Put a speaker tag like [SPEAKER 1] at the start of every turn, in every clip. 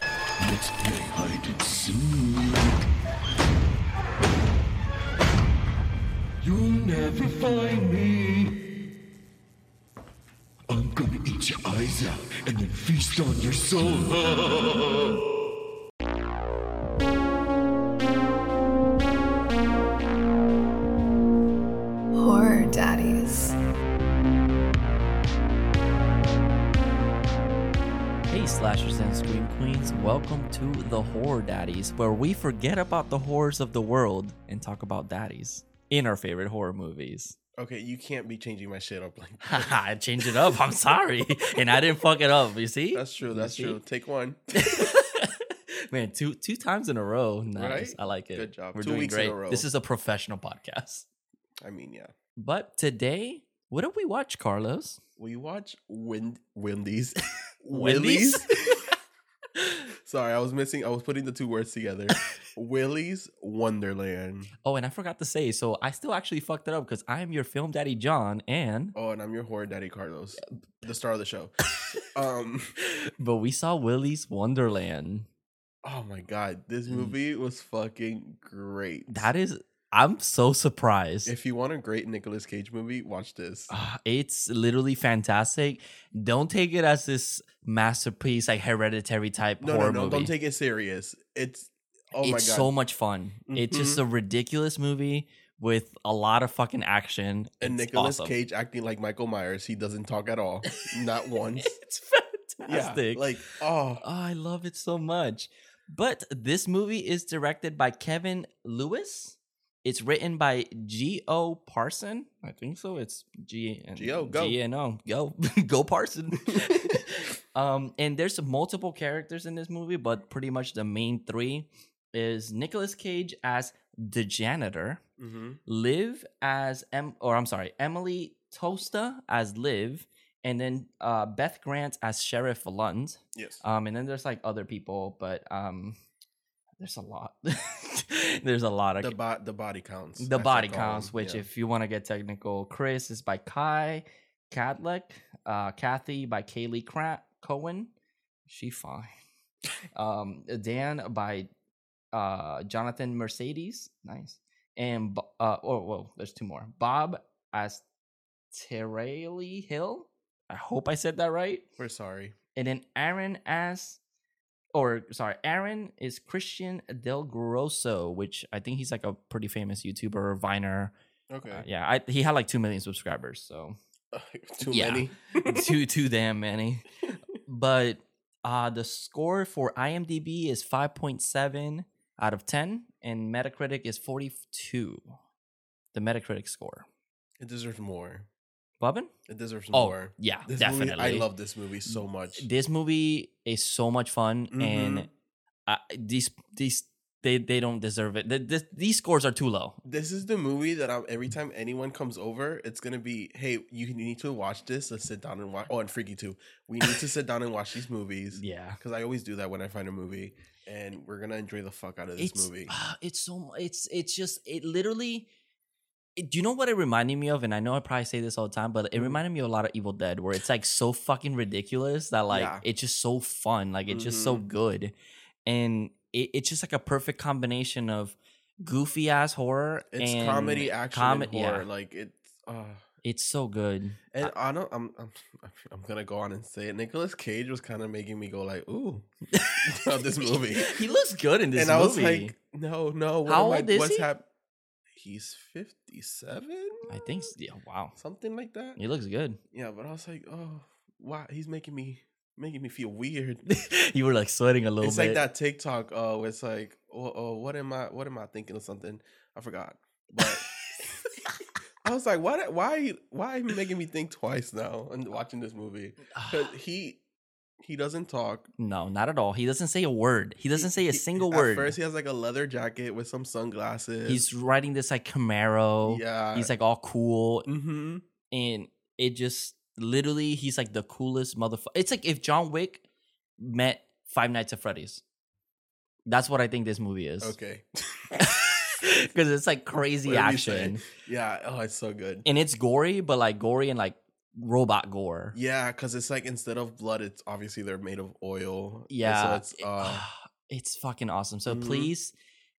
[SPEAKER 1] Let's play hide and seek. You'll never find me. I'm gonna eat your eyes out and then feast on your soul.
[SPEAKER 2] Horror Daddies.
[SPEAKER 3] Hey, slashers and scream queens, welcome to the Horror Daddies, where we forget about the horrors of the world and talk about daddies in our favorite horror movies.
[SPEAKER 4] Okay, you can't be changing my shit up like that.
[SPEAKER 3] Haha, change it up. I'm sorry, and I didn't fuck it up. You see,
[SPEAKER 4] That's true. That's
[SPEAKER 3] see?
[SPEAKER 4] true. Take one.
[SPEAKER 3] man, two two times in a row. Nice,
[SPEAKER 4] Right?
[SPEAKER 3] I like it.
[SPEAKER 4] Good job.
[SPEAKER 3] We're
[SPEAKER 4] Two
[SPEAKER 3] doing
[SPEAKER 4] weeks in
[SPEAKER 3] great.
[SPEAKER 4] a row.
[SPEAKER 3] This is a professional podcast.
[SPEAKER 4] I mean, yeah.
[SPEAKER 3] But today, what did we watch, Carlos?
[SPEAKER 4] Will you watch Wind Wendy's?
[SPEAKER 3] Wendy's?
[SPEAKER 4] Sorry, I was missing. I was putting the two words together. Willy's Wonderland.
[SPEAKER 3] Oh, and I forgot to say, so I still actually fucked it up because I am your film daddy, John, and
[SPEAKER 4] Oh, and I'm your horror daddy, Carlos, the star of the show. um.
[SPEAKER 3] but we saw Willy's Wonderland.
[SPEAKER 4] Oh my god, this
[SPEAKER 3] Mm.
[SPEAKER 4] movie was fucking great.
[SPEAKER 3] That is, I'm so surprised.
[SPEAKER 4] If you want a great Nicolas Cage movie, watch this.
[SPEAKER 3] Ah, it's literally fantastic. Don't take it as this masterpiece, like hereditary type
[SPEAKER 4] No, no,
[SPEAKER 3] horror
[SPEAKER 4] no.
[SPEAKER 3] movie.
[SPEAKER 4] Don't take it serious. It's oh my god. Mm-hmm.
[SPEAKER 3] it's so much fun. It's just a ridiculous movie with a lot of fucking action.
[SPEAKER 4] and
[SPEAKER 3] It's
[SPEAKER 4] Nicolas
[SPEAKER 3] awesome.
[SPEAKER 4] Cage acting like Michael Myers. He doesn't talk at all, not once.
[SPEAKER 3] It's fantastic.
[SPEAKER 4] Yeah, like oh,
[SPEAKER 3] Oh, I love it so much. But this movie is directed by Kevin Lewis. It's written by G.O. Parson. I think so. It's G and
[SPEAKER 4] G.O., go.
[SPEAKER 3] G-N-O. Go. go Parson. um, and there's multiple characters in this movie, but pretty much the main three is Nicolas Cage as the janitor,
[SPEAKER 4] Mm-hmm.
[SPEAKER 3] Liv as em or I'm sorry, Emily Tosta as Liv, and then uh, Beth Grant as Sheriff Lund.
[SPEAKER 4] yes,
[SPEAKER 3] Um, and then there's like other people, but um, there's a lot. there's a lot of
[SPEAKER 4] the bo- the body counts.
[SPEAKER 3] the
[SPEAKER 4] That's what
[SPEAKER 3] body
[SPEAKER 4] I call
[SPEAKER 3] counts,
[SPEAKER 4] them,
[SPEAKER 3] which
[SPEAKER 4] yeah.
[SPEAKER 3] if you want to get technical, Chris is by Kai Cadlick, uh, Kathy by Kaylee Cra- Cohen. She fine. um, Dan by uh, Jonathan Mercedes. Nice. And Bo- uh, oh, whoa, there's two more. Bob as Terrelli Hill. I hope I said that right
[SPEAKER 4] we're sorry.
[SPEAKER 3] and then Aaron as, or sorry, Aaron is Christian Del Grosso, which I think he's like a pretty famous YouTuber or Viner.
[SPEAKER 4] Okay,
[SPEAKER 3] Uh, yeah, I, he had like two million subscribers, so
[SPEAKER 4] too
[SPEAKER 3] Uh, yeah.
[SPEAKER 4] many.
[SPEAKER 3] too too damn many. But uh the score for IMDb is five point seven out of ten, and Metacritic is forty two. The Metacritic score,
[SPEAKER 4] It deserves more.
[SPEAKER 3] Bobbin.
[SPEAKER 4] It deserves
[SPEAKER 3] Oh
[SPEAKER 4] more.
[SPEAKER 3] yeah,
[SPEAKER 4] This movie-
[SPEAKER 3] definitely.
[SPEAKER 4] I love this movie so much.
[SPEAKER 3] this movie is so much fun and
[SPEAKER 4] Mhm.
[SPEAKER 3] uh, these these they they don't deserve it Th- this, these scores are too low
[SPEAKER 4] This is the movie that I'm, every time anyone comes over, it's gonna be, hey, you need to watch this. Let's sit down and watch. Oh, and Freaky too. We need to sit down and watch these movies
[SPEAKER 3] yeah
[SPEAKER 4] because I always do that when I find a movie, and we're gonna enjoy the fuck out of this
[SPEAKER 3] it's
[SPEAKER 4] movie.
[SPEAKER 3] ah, it's so mu- it's it's just it literally it, do you know what it reminded me of and i know i probably say this all the time but it
[SPEAKER 4] Mm.
[SPEAKER 3] reminded me of a lot of evil dead where it's like so fucking ridiculous that like
[SPEAKER 4] Yeah. Mm-hmm.
[SPEAKER 3] it's just so fun like it's just so good and it, it's just like a perfect combination of goofy ass horror
[SPEAKER 4] It's
[SPEAKER 3] and
[SPEAKER 4] comedy, action,
[SPEAKER 3] comi-
[SPEAKER 4] and horror.
[SPEAKER 3] yeah
[SPEAKER 4] Like it's. Uh,
[SPEAKER 3] it's so good
[SPEAKER 4] and I, don't. I'm. I'm. I'm gonna go on and say it. Nicolas Cage was kind of making me go like, "Ooh," of this movie,
[SPEAKER 3] He looks good in this
[SPEAKER 4] and
[SPEAKER 3] movie.
[SPEAKER 4] I was like, "No, no." What
[SPEAKER 3] How
[SPEAKER 4] am I-
[SPEAKER 3] old is
[SPEAKER 4] what's
[SPEAKER 3] he?
[SPEAKER 4] hap- He's fifty-seven.
[SPEAKER 3] I think, s- yeah, wow,
[SPEAKER 4] something like that.
[SPEAKER 3] he looks good.
[SPEAKER 4] Yeah, but I was like, "Oh, wow." He's making me making me feel weird.
[SPEAKER 3] you were like sweating a little
[SPEAKER 4] it's
[SPEAKER 3] bit.
[SPEAKER 4] like that TikTok. Oh, where it's like, oh, oh, what am I? What am I thinking of something? I forgot. But I was like, why? Why? Why are you making me think twice now? And watching this movie
[SPEAKER 3] uh,
[SPEAKER 4] because he he doesn't talk.
[SPEAKER 3] no, not at all. He doesn't say a word. He doesn't say a
[SPEAKER 4] He-
[SPEAKER 3] single
[SPEAKER 4] at
[SPEAKER 3] word.
[SPEAKER 4] First, he has like a leather jacket with some sunglasses.
[SPEAKER 3] He's riding this like Camaro.
[SPEAKER 4] yeah.
[SPEAKER 3] He's like all cool,
[SPEAKER 4] mm-hmm.
[SPEAKER 3] and it just literally he's like the coolest motherfucker. It's like if John Wick met Five Nights at Freddy's. That's what I think this movie is.
[SPEAKER 4] Okay.
[SPEAKER 3] Because it's like crazy
[SPEAKER 4] Whatever you say.
[SPEAKER 3] action,
[SPEAKER 4] Yeah. Oh, it's so good.
[SPEAKER 3] and it's gory, but like gory and like robot gore.
[SPEAKER 4] Yeah, because it's like instead of blood, it's obviously they're made of oil. and
[SPEAKER 3] Yeah. ah.
[SPEAKER 4] So it's uh,
[SPEAKER 3] It's fucking awesome. So
[SPEAKER 4] Mhm.
[SPEAKER 3] please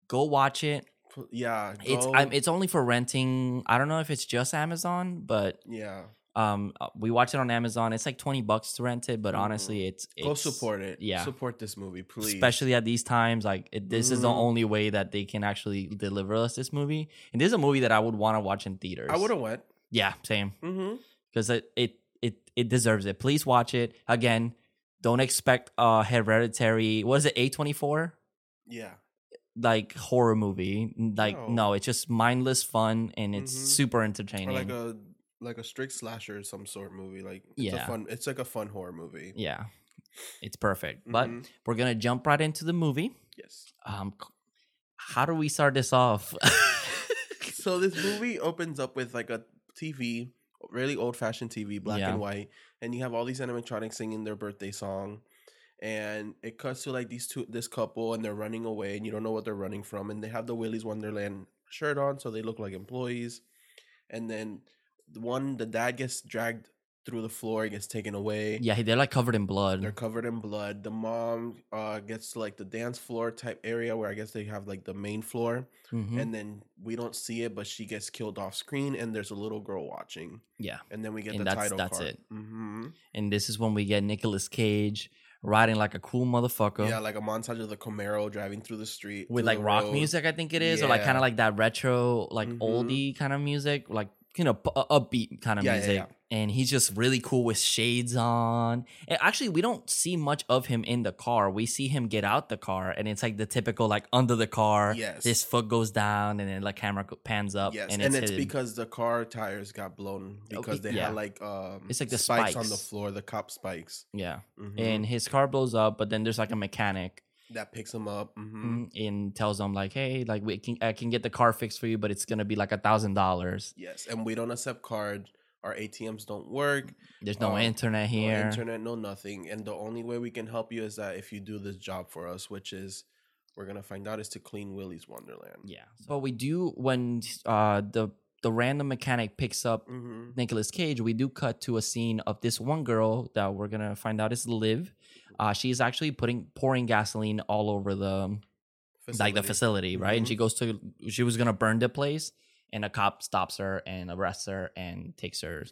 [SPEAKER 3] go watch it.
[SPEAKER 4] P- Yeah,
[SPEAKER 3] It's
[SPEAKER 4] go-
[SPEAKER 3] I'm, it's only for renting. I don't know if it's just Amazon, but
[SPEAKER 4] yeah.
[SPEAKER 3] um, uh, we watch it on Amazon. It's like twenty bucks to rent it, but
[SPEAKER 4] Mhm.
[SPEAKER 3] honestly, it's, it's
[SPEAKER 4] Go support it.
[SPEAKER 3] yeah.
[SPEAKER 4] support this movie, please.
[SPEAKER 3] Especially at these times, like it, this is the
[SPEAKER 4] Mhm.
[SPEAKER 3] only way that they can actually deliver us this movie. And this is a movie that I would want to watch in theaters.
[SPEAKER 4] I would have went.
[SPEAKER 3] Yeah, same.
[SPEAKER 4] Mm-hmm.
[SPEAKER 3] Because it, it it it deserves it. Please watch it again. Don't expect uh hereditary. What is it? A twenty four
[SPEAKER 4] Yeah,
[SPEAKER 3] like horror movie. Like
[SPEAKER 4] No.
[SPEAKER 3] no, it's just mindless fun and it's
[SPEAKER 4] Mhm.
[SPEAKER 3] super entertaining.
[SPEAKER 4] Oh. or like a like a strict slasher of some sort movie. Like it's
[SPEAKER 3] Yeah.
[SPEAKER 4] a fun. It's like a fun horror movie.
[SPEAKER 3] yeah, it's perfect. But
[SPEAKER 4] Mhm.
[SPEAKER 3] we're gonna jump right into the movie.
[SPEAKER 4] yes.
[SPEAKER 3] Um, c- how do we start this off?
[SPEAKER 4] so this movie opens up with like a TV, really old fashioned TV, black
[SPEAKER 3] Yeah.
[SPEAKER 4] and white, and you have all these animatronics singing their birthday song, and it cuts to like these two, this couple, and they're running away, and you don't know what they're running from, and they have the Willy's Wonderland shirt on, so they look like employees, and then the one, the dad gets dragged through the floor, gets taken away,
[SPEAKER 3] yeah, they're like covered in
[SPEAKER 4] they're
[SPEAKER 3] blood.
[SPEAKER 4] covered in blood. The mom uh, gets to like the dance floor type area where I guess they have like the main floor
[SPEAKER 3] Mhm.
[SPEAKER 4] and then we don't see it, but she gets killed off screen, and there's a little girl watching,
[SPEAKER 3] yeah,
[SPEAKER 4] and then we get
[SPEAKER 3] And
[SPEAKER 4] the
[SPEAKER 3] that's-
[SPEAKER 4] title
[SPEAKER 3] that's
[SPEAKER 4] card.
[SPEAKER 3] it.
[SPEAKER 4] Mm-hmm.
[SPEAKER 3] and this is when we get Nicolas Cage riding like a cool motherfucker.
[SPEAKER 4] Yeah, like a montage of the Camaro driving through the street
[SPEAKER 3] with
[SPEAKER 4] through
[SPEAKER 3] like
[SPEAKER 4] the
[SPEAKER 3] rock
[SPEAKER 4] road.
[SPEAKER 3] music, I think it is, or like
[SPEAKER 4] Yeah.
[SPEAKER 3] kind of like that retro, like
[SPEAKER 4] Mhm.
[SPEAKER 3] oldie kind of music, like you know, pu- uh, upbeat kind of
[SPEAKER 4] Yeah, yeah,
[SPEAKER 3] music. And he's just really cool with shades on. And actually, we don't see much of him in the car. We see him get out the car, and it's like the typical like under the car.
[SPEAKER 4] Yes.
[SPEAKER 3] his foot goes down, and then like camera go- pans up.
[SPEAKER 4] Yes,
[SPEAKER 3] and
[SPEAKER 4] and,
[SPEAKER 3] it's,
[SPEAKER 4] it's,
[SPEAKER 3] hidden. Oh,
[SPEAKER 4] because the car tires got blown because they
[SPEAKER 3] yeah.
[SPEAKER 4] had like um,
[SPEAKER 3] It's like the
[SPEAKER 4] on the
[SPEAKER 3] spikes.
[SPEAKER 4] floor, the cop spikes,
[SPEAKER 3] yeah,
[SPEAKER 4] Mhm.
[SPEAKER 3] and his car blows up, but then there's like a mechanic.
[SPEAKER 4] that picks him up. hmm
[SPEAKER 3] mm, And tells him like, hey, like we can, I can get the car fixed for you, but it's gonna be like a thousand dollars.
[SPEAKER 4] Yes, and we don't accept card. Our ATMs don't work.
[SPEAKER 3] There's no
[SPEAKER 4] Um,
[SPEAKER 3] internet here.
[SPEAKER 4] No internet, no nothing. And the only way we can help you is that if you do this job for us, which is we're gonna find out is to clean Willy's Wonderland.
[SPEAKER 3] Yeah. But we do when uh the the random mechanic picks up
[SPEAKER 4] Mm-hmm.
[SPEAKER 3] Nicolas Cage, we do cut to a scene of this one girl that we're gonna find out is Liv. Uh she's actually putting pouring gasoline all over the like the facility, right? And
[SPEAKER 4] Mhm.
[SPEAKER 3] she goes to she was gonna burn the place and a cop stops her and arrests her and takes her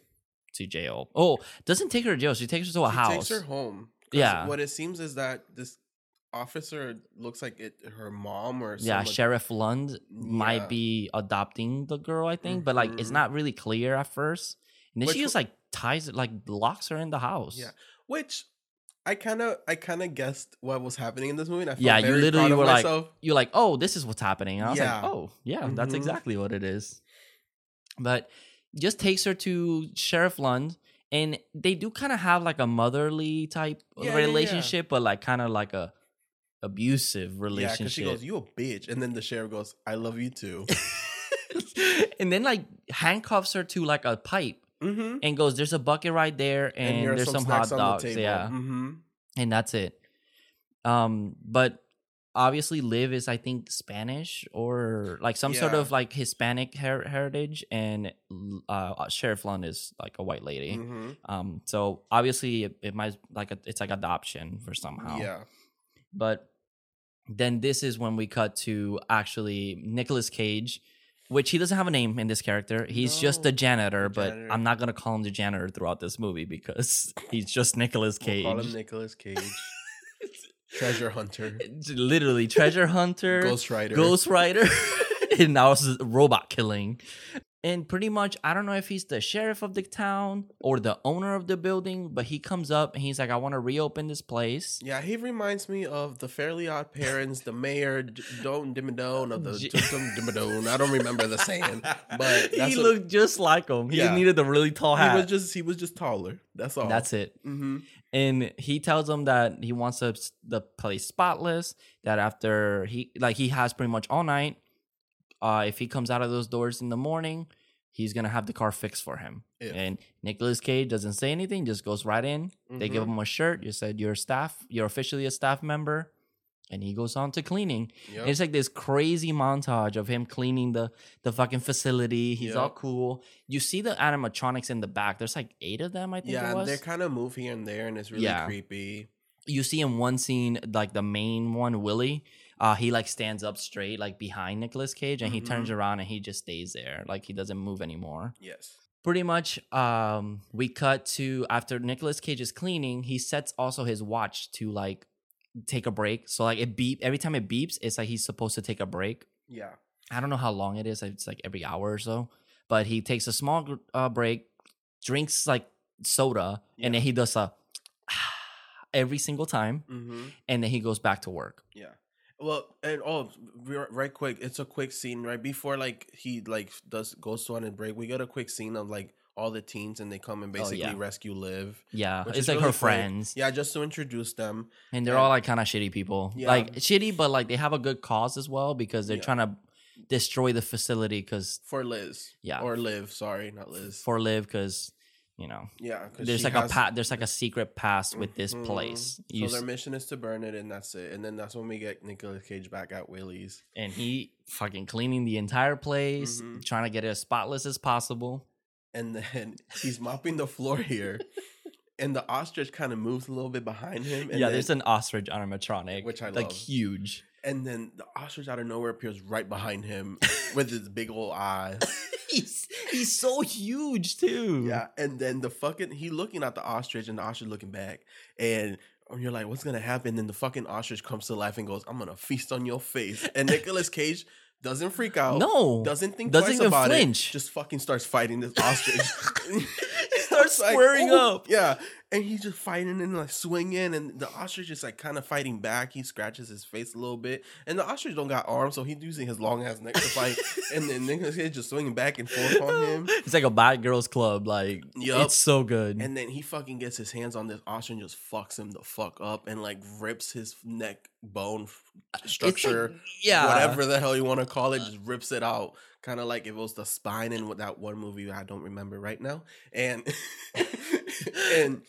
[SPEAKER 3] to jail. Oh, doesn't take her to jail, she takes her to a
[SPEAKER 4] she
[SPEAKER 3] house.
[SPEAKER 4] takes her home. 'Cause
[SPEAKER 3] Yeah.
[SPEAKER 4] What it seems is that this officer looks like it her mom or
[SPEAKER 3] yeah,
[SPEAKER 4] someone-
[SPEAKER 3] Sheriff Lund
[SPEAKER 4] Yeah.
[SPEAKER 3] might be adopting the girl, I think, but like it's
[SPEAKER 4] Mhm.
[SPEAKER 3] not really clear at first. And then
[SPEAKER 4] Which
[SPEAKER 3] she just
[SPEAKER 4] w-
[SPEAKER 3] like ties it, like locks her in the house.
[SPEAKER 4] Yeah. Which I kind of I kind of guessed what was happening in this movie. And I felt
[SPEAKER 3] Yeah, you
[SPEAKER 4] very
[SPEAKER 3] literally
[SPEAKER 4] proud of
[SPEAKER 3] were like-
[SPEAKER 4] myself.
[SPEAKER 3] You're like, oh, this is what's happening. And I was
[SPEAKER 4] Yeah.
[SPEAKER 3] like, oh, yeah, that's
[SPEAKER 4] Mhm.
[SPEAKER 3] exactly what it is. But just takes her to Sheriff Lund. And they do kind of have like a motherly type
[SPEAKER 4] Yeah, yeah, yeah.
[SPEAKER 3] relationship, but like kind of like a abusive
[SPEAKER 4] yeah, because
[SPEAKER 3] relationship.
[SPEAKER 4] she goes, "You a bitch," and then the sheriff goes, "I love you too."
[SPEAKER 3] and then like handcuffs her to like a pipe
[SPEAKER 4] mm-hmm.
[SPEAKER 3] and goes, "There's a bucket right there, and, there's some, hot dogs, yeah,
[SPEAKER 4] Mm-hmm.
[SPEAKER 3] and that's it." Um, but obviously, Liv is I think Spanish or like some sort
[SPEAKER 4] Yeah.
[SPEAKER 3] of like Hispanic her- heritage, and uh, Sheriff Lund is like a white lady.
[SPEAKER 4] Mm-hmm.
[SPEAKER 3] Um, so obviously, it, it might like a, it's like adoption for somehow,
[SPEAKER 4] Yeah.
[SPEAKER 3] but then this is when we cut to actually Nicolas Cage, which he doesn't have a name in this character. He's just the
[SPEAKER 4] No,
[SPEAKER 3] janitor,
[SPEAKER 4] the
[SPEAKER 3] but
[SPEAKER 4] janitor.
[SPEAKER 3] I'm not gonna call him the janitor throughout this movie because he's just Nicolas Cage. Eh,
[SPEAKER 4] We'll call him Nicolas Cage. Treasure Hunter.
[SPEAKER 3] Literally, treasure hunter,
[SPEAKER 4] Ghost Rider.
[SPEAKER 3] Ghost Rider, and now it's robot killing. And pretty much, I don't know if he's the sheriff of the town or the owner of the building, but he comes up and he's like, "I want to reopen this place."
[SPEAKER 4] Yeah, he reminds me of the Fairly Odd Parents, the mayor, D- Don Dimmadone, of the
[SPEAKER 3] J-
[SPEAKER 4] Dum Dimmadone. I don't remember the saying, but that's
[SPEAKER 3] he
[SPEAKER 4] what-
[SPEAKER 3] looked just like him. He just
[SPEAKER 4] Yeah.
[SPEAKER 3] needed a really tall
[SPEAKER 4] he
[SPEAKER 3] hat.
[SPEAKER 4] was just he was just taller. That's all.
[SPEAKER 3] That's it.
[SPEAKER 4] hmm
[SPEAKER 3] And he tells him that he wants the the place spotless. That after he like he has pretty much all night. Uh, if he comes out of those doors in the morning, he's gonna have the car fixed for him.
[SPEAKER 4] If.
[SPEAKER 3] And Nicolas Cage doesn't say anything; just goes right in. They give
[SPEAKER 4] Mm-hmm.
[SPEAKER 3] him a shirt. You said you're a staff. You're officially a staff member. And he goes on to cleaning.
[SPEAKER 4] Yep.
[SPEAKER 3] And it's like this crazy montage of him cleaning the the fucking facility. He's all
[SPEAKER 4] Yep.
[SPEAKER 3] cool. You see the animatronics in the back. There's like eight of them, I think
[SPEAKER 4] yeah,
[SPEAKER 3] it
[SPEAKER 4] and
[SPEAKER 3] was.
[SPEAKER 4] they kind of move here and there, and it's really
[SPEAKER 3] Yeah.
[SPEAKER 4] creepy.
[SPEAKER 3] you see in one scene like the main one willie uh he like stands up straight like behind Nicolas cage and he turns around and he just stays there like he doesn't move anymore
[SPEAKER 4] Yes.
[SPEAKER 3] pretty much um we cut to after Nicolas Cage is cleaning, he sets also his watch to like take a break. So like it beep every time it beeps, it's like he's supposed to take a break.
[SPEAKER 4] Yeah.
[SPEAKER 3] I don't know how long it is. It's like every hour or so, but he takes a small gr- uh, break, drinks like soda, and then he does a every single time,
[SPEAKER 4] Mm-hmm.
[SPEAKER 3] and then he goes back to work.
[SPEAKER 4] Yeah. Well, and oh, re- right quick. It's a quick scene right before like he like does goes on a break. We got a quick scene of like all the teens and they come and
[SPEAKER 3] Oh,
[SPEAKER 4] basically
[SPEAKER 3] yeah.
[SPEAKER 4] rescue Liv.
[SPEAKER 3] Yeah,
[SPEAKER 4] Which
[SPEAKER 3] it's
[SPEAKER 4] is
[SPEAKER 3] like
[SPEAKER 4] really
[SPEAKER 3] her
[SPEAKER 4] cool.
[SPEAKER 3] friends,
[SPEAKER 4] Yeah, just to introduce them.
[SPEAKER 3] and they're
[SPEAKER 4] Yeah.
[SPEAKER 3] all like kind of shitty people.
[SPEAKER 4] Yeah.
[SPEAKER 3] Like shitty, but like they have a good cause as well because they're
[SPEAKER 4] Yeah.
[SPEAKER 3] trying to destroy the facility because
[SPEAKER 4] for Liz.
[SPEAKER 3] Yeah.
[SPEAKER 4] Or Liv, sorry, not Liz.
[SPEAKER 3] for live because you know
[SPEAKER 4] yeah, 'cause
[SPEAKER 3] there's
[SPEAKER 4] she
[SPEAKER 3] like
[SPEAKER 4] has-
[SPEAKER 3] a pa- there's like a secret past with this
[SPEAKER 4] Mhm.
[SPEAKER 3] place. You
[SPEAKER 4] So
[SPEAKER 3] s-
[SPEAKER 4] their mission is to burn it, and that's it. And then that's when we get Nicolas Cage back at Willie's.
[SPEAKER 3] and he fucking cleaning the entire place,
[SPEAKER 4] Mhm.
[SPEAKER 3] trying to get it as spotless as possible.
[SPEAKER 4] and then he's mopping the floor here, and the ostrich kind of moves a little bit behind him. And
[SPEAKER 3] yeah,
[SPEAKER 4] then,
[SPEAKER 3] there's an ostrich animatronic,
[SPEAKER 4] Which I
[SPEAKER 3] like
[SPEAKER 4] love.
[SPEAKER 3] huge.
[SPEAKER 4] and then the ostrich out of nowhere appears right behind him with his big old eyes.
[SPEAKER 3] he's he's so huge too.
[SPEAKER 4] Yeah, and then the fucking he looking at the ostrich, and the ostrich looking back, and. you're like, what's gonna happen? Then the fucking ostrich comes to life and goes, "I'm gonna feast on your face." And Nicolas Cage doesn't freak out.
[SPEAKER 3] no,
[SPEAKER 4] doesn't think
[SPEAKER 3] Doesn't
[SPEAKER 4] twice
[SPEAKER 3] even
[SPEAKER 4] about
[SPEAKER 3] flinch.
[SPEAKER 4] it. Just fucking starts fighting this ostrich. he
[SPEAKER 3] starts squaring up.
[SPEAKER 4] Yeah, and he's just fighting and like swinging, and the ostrich is like kind of fighting back. He scratches his face a little bit, and the ostrich don't got arms, so he's using his long ass neck to fight. and then Nicholas Cage just swinging back and forth on him.
[SPEAKER 3] it's like a bad girls club. Like
[SPEAKER 4] Yup.
[SPEAKER 3] it's so good.
[SPEAKER 4] And then he fucking gets his hands on this ostrich and just fucks him the fuck up and like rips his neck bone f-
[SPEAKER 3] It's like-
[SPEAKER 4] structure
[SPEAKER 3] yeah,
[SPEAKER 4] whatever the hell you want to call it, just rips it out. Kind of like if it was the spine in that one movie I don't remember right now, and and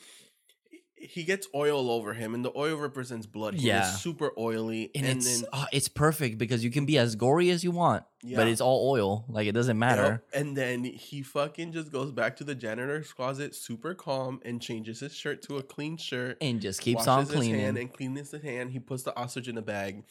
[SPEAKER 4] he gets oil over him, and the oil represents blood. He
[SPEAKER 3] Yeah.
[SPEAKER 4] is super oily,
[SPEAKER 3] And,
[SPEAKER 4] and,
[SPEAKER 3] it's
[SPEAKER 4] then
[SPEAKER 3] oh, it's perfect because you can be as gory as you want,
[SPEAKER 4] Yeah.
[SPEAKER 3] but it's all oil. Like it doesn't
[SPEAKER 4] Yep,
[SPEAKER 3] matter.
[SPEAKER 4] and then he fucking just goes back to the janitor's closet, super calm, and changes his shirt to a clean shirt.
[SPEAKER 3] and just keeps
[SPEAKER 4] washes
[SPEAKER 3] on
[SPEAKER 4] His hand
[SPEAKER 3] cleaning.
[SPEAKER 4] and cleans his hand. He puts the ostrich in the bag,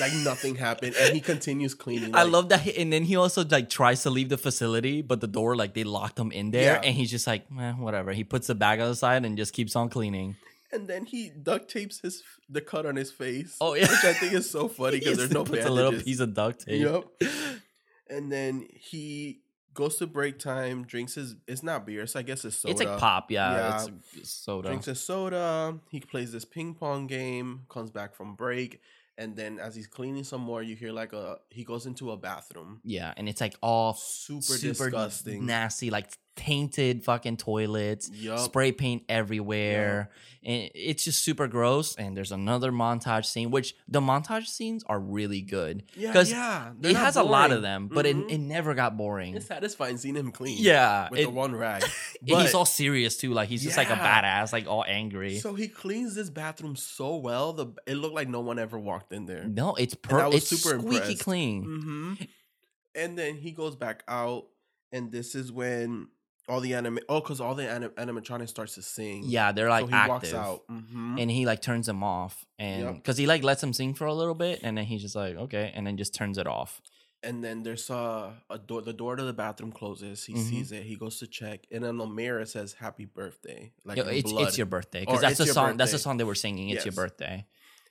[SPEAKER 4] like nothing happened, and he continues cleaning.
[SPEAKER 3] I
[SPEAKER 4] like,
[SPEAKER 3] love that, he, and then he also like tries to leave the facility, but the door like they locked him in there,
[SPEAKER 4] Yeah.
[SPEAKER 3] and he's just like, eh, whatever. He puts the bag on the side and just keeps on cleaning.
[SPEAKER 4] and then he duct tapes his the cut on his face.
[SPEAKER 3] Oh, yeah.
[SPEAKER 4] which I think is so funny
[SPEAKER 3] He
[SPEAKER 4] because there's
[SPEAKER 3] just
[SPEAKER 4] no
[SPEAKER 3] puts
[SPEAKER 4] bandages.
[SPEAKER 3] a little piece of duct tape.
[SPEAKER 4] Yep. And then he goes to break time, drinks his. It's not beer. It's I guess it's soda.
[SPEAKER 3] It's like pop, yeah.
[SPEAKER 4] Yeah.
[SPEAKER 3] It's, it's soda.
[SPEAKER 4] Drinks his soda. He plays this ping pong game. Comes back from break, and then as he's cleaning some more, you hear like a. He goes into a bathroom.
[SPEAKER 3] yeah, and it's like all f-
[SPEAKER 4] Super,
[SPEAKER 3] super,
[SPEAKER 4] disgusting.
[SPEAKER 3] nasty, like tainted fucking toilets,
[SPEAKER 4] Yup.
[SPEAKER 3] spray paint everywhere, and it's just super gross. And there's another montage scene, which the montage scenes are really good.
[SPEAKER 4] yeah,
[SPEAKER 3] 'cause
[SPEAKER 4] yeah.
[SPEAKER 3] it has a lot of them, but
[SPEAKER 4] Mhm.
[SPEAKER 3] it, it never got boring.
[SPEAKER 4] It's satisfying seeing him clean.
[SPEAKER 3] yeah,
[SPEAKER 4] with
[SPEAKER 3] it-
[SPEAKER 4] the one rag.
[SPEAKER 3] and he's
[SPEAKER 4] But-
[SPEAKER 3] all serious too. Like he's just like a
[SPEAKER 4] Yeah.
[SPEAKER 3] badass, like all angry.
[SPEAKER 4] So he cleans this bathroom so well. The it looked like no one ever walked in there.
[SPEAKER 3] no, it's
[SPEAKER 4] I
[SPEAKER 3] per-
[SPEAKER 4] was
[SPEAKER 3] it's
[SPEAKER 4] super
[SPEAKER 3] squeaky
[SPEAKER 4] impressed.
[SPEAKER 3] clean.
[SPEAKER 4] hmm And then he goes back out, and this is when all the anime oh, because all the anim- animatronics starts to sing.
[SPEAKER 3] Yeah, they're like
[SPEAKER 4] so he
[SPEAKER 3] active,
[SPEAKER 4] walks out. Mhm.
[SPEAKER 3] and he like turns them off, and
[SPEAKER 4] Yep.
[SPEAKER 3] because he like lets them sing for a little bit, and then he's just like okay, and then just turns it off.
[SPEAKER 4] And then there's uh, a door. The door to the bathroom closes. He
[SPEAKER 3] Mhm.
[SPEAKER 4] sees it. He goes to check, and then the mirror it says "Happy Birthday," like
[SPEAKER 3] Yo,
[SPEAKER 4] in
[SPEAKER 3] it's
[SPEAKER 4] blood
[SPEAKER 3] it's your birthday
[SPEAKER 4] Or
[SPEAKER 3] because that's
[SPEAKER 4] it's
[SPEAKER 3] the
[SPEAKER 4] your
[SPEAKER 3] song. That's the
[SPEAKER 4] birthday.
[SPEAKER 3] song they were singing. It's your
[SPEAKER 4] Yes.
[SPEAKER 3] birthday.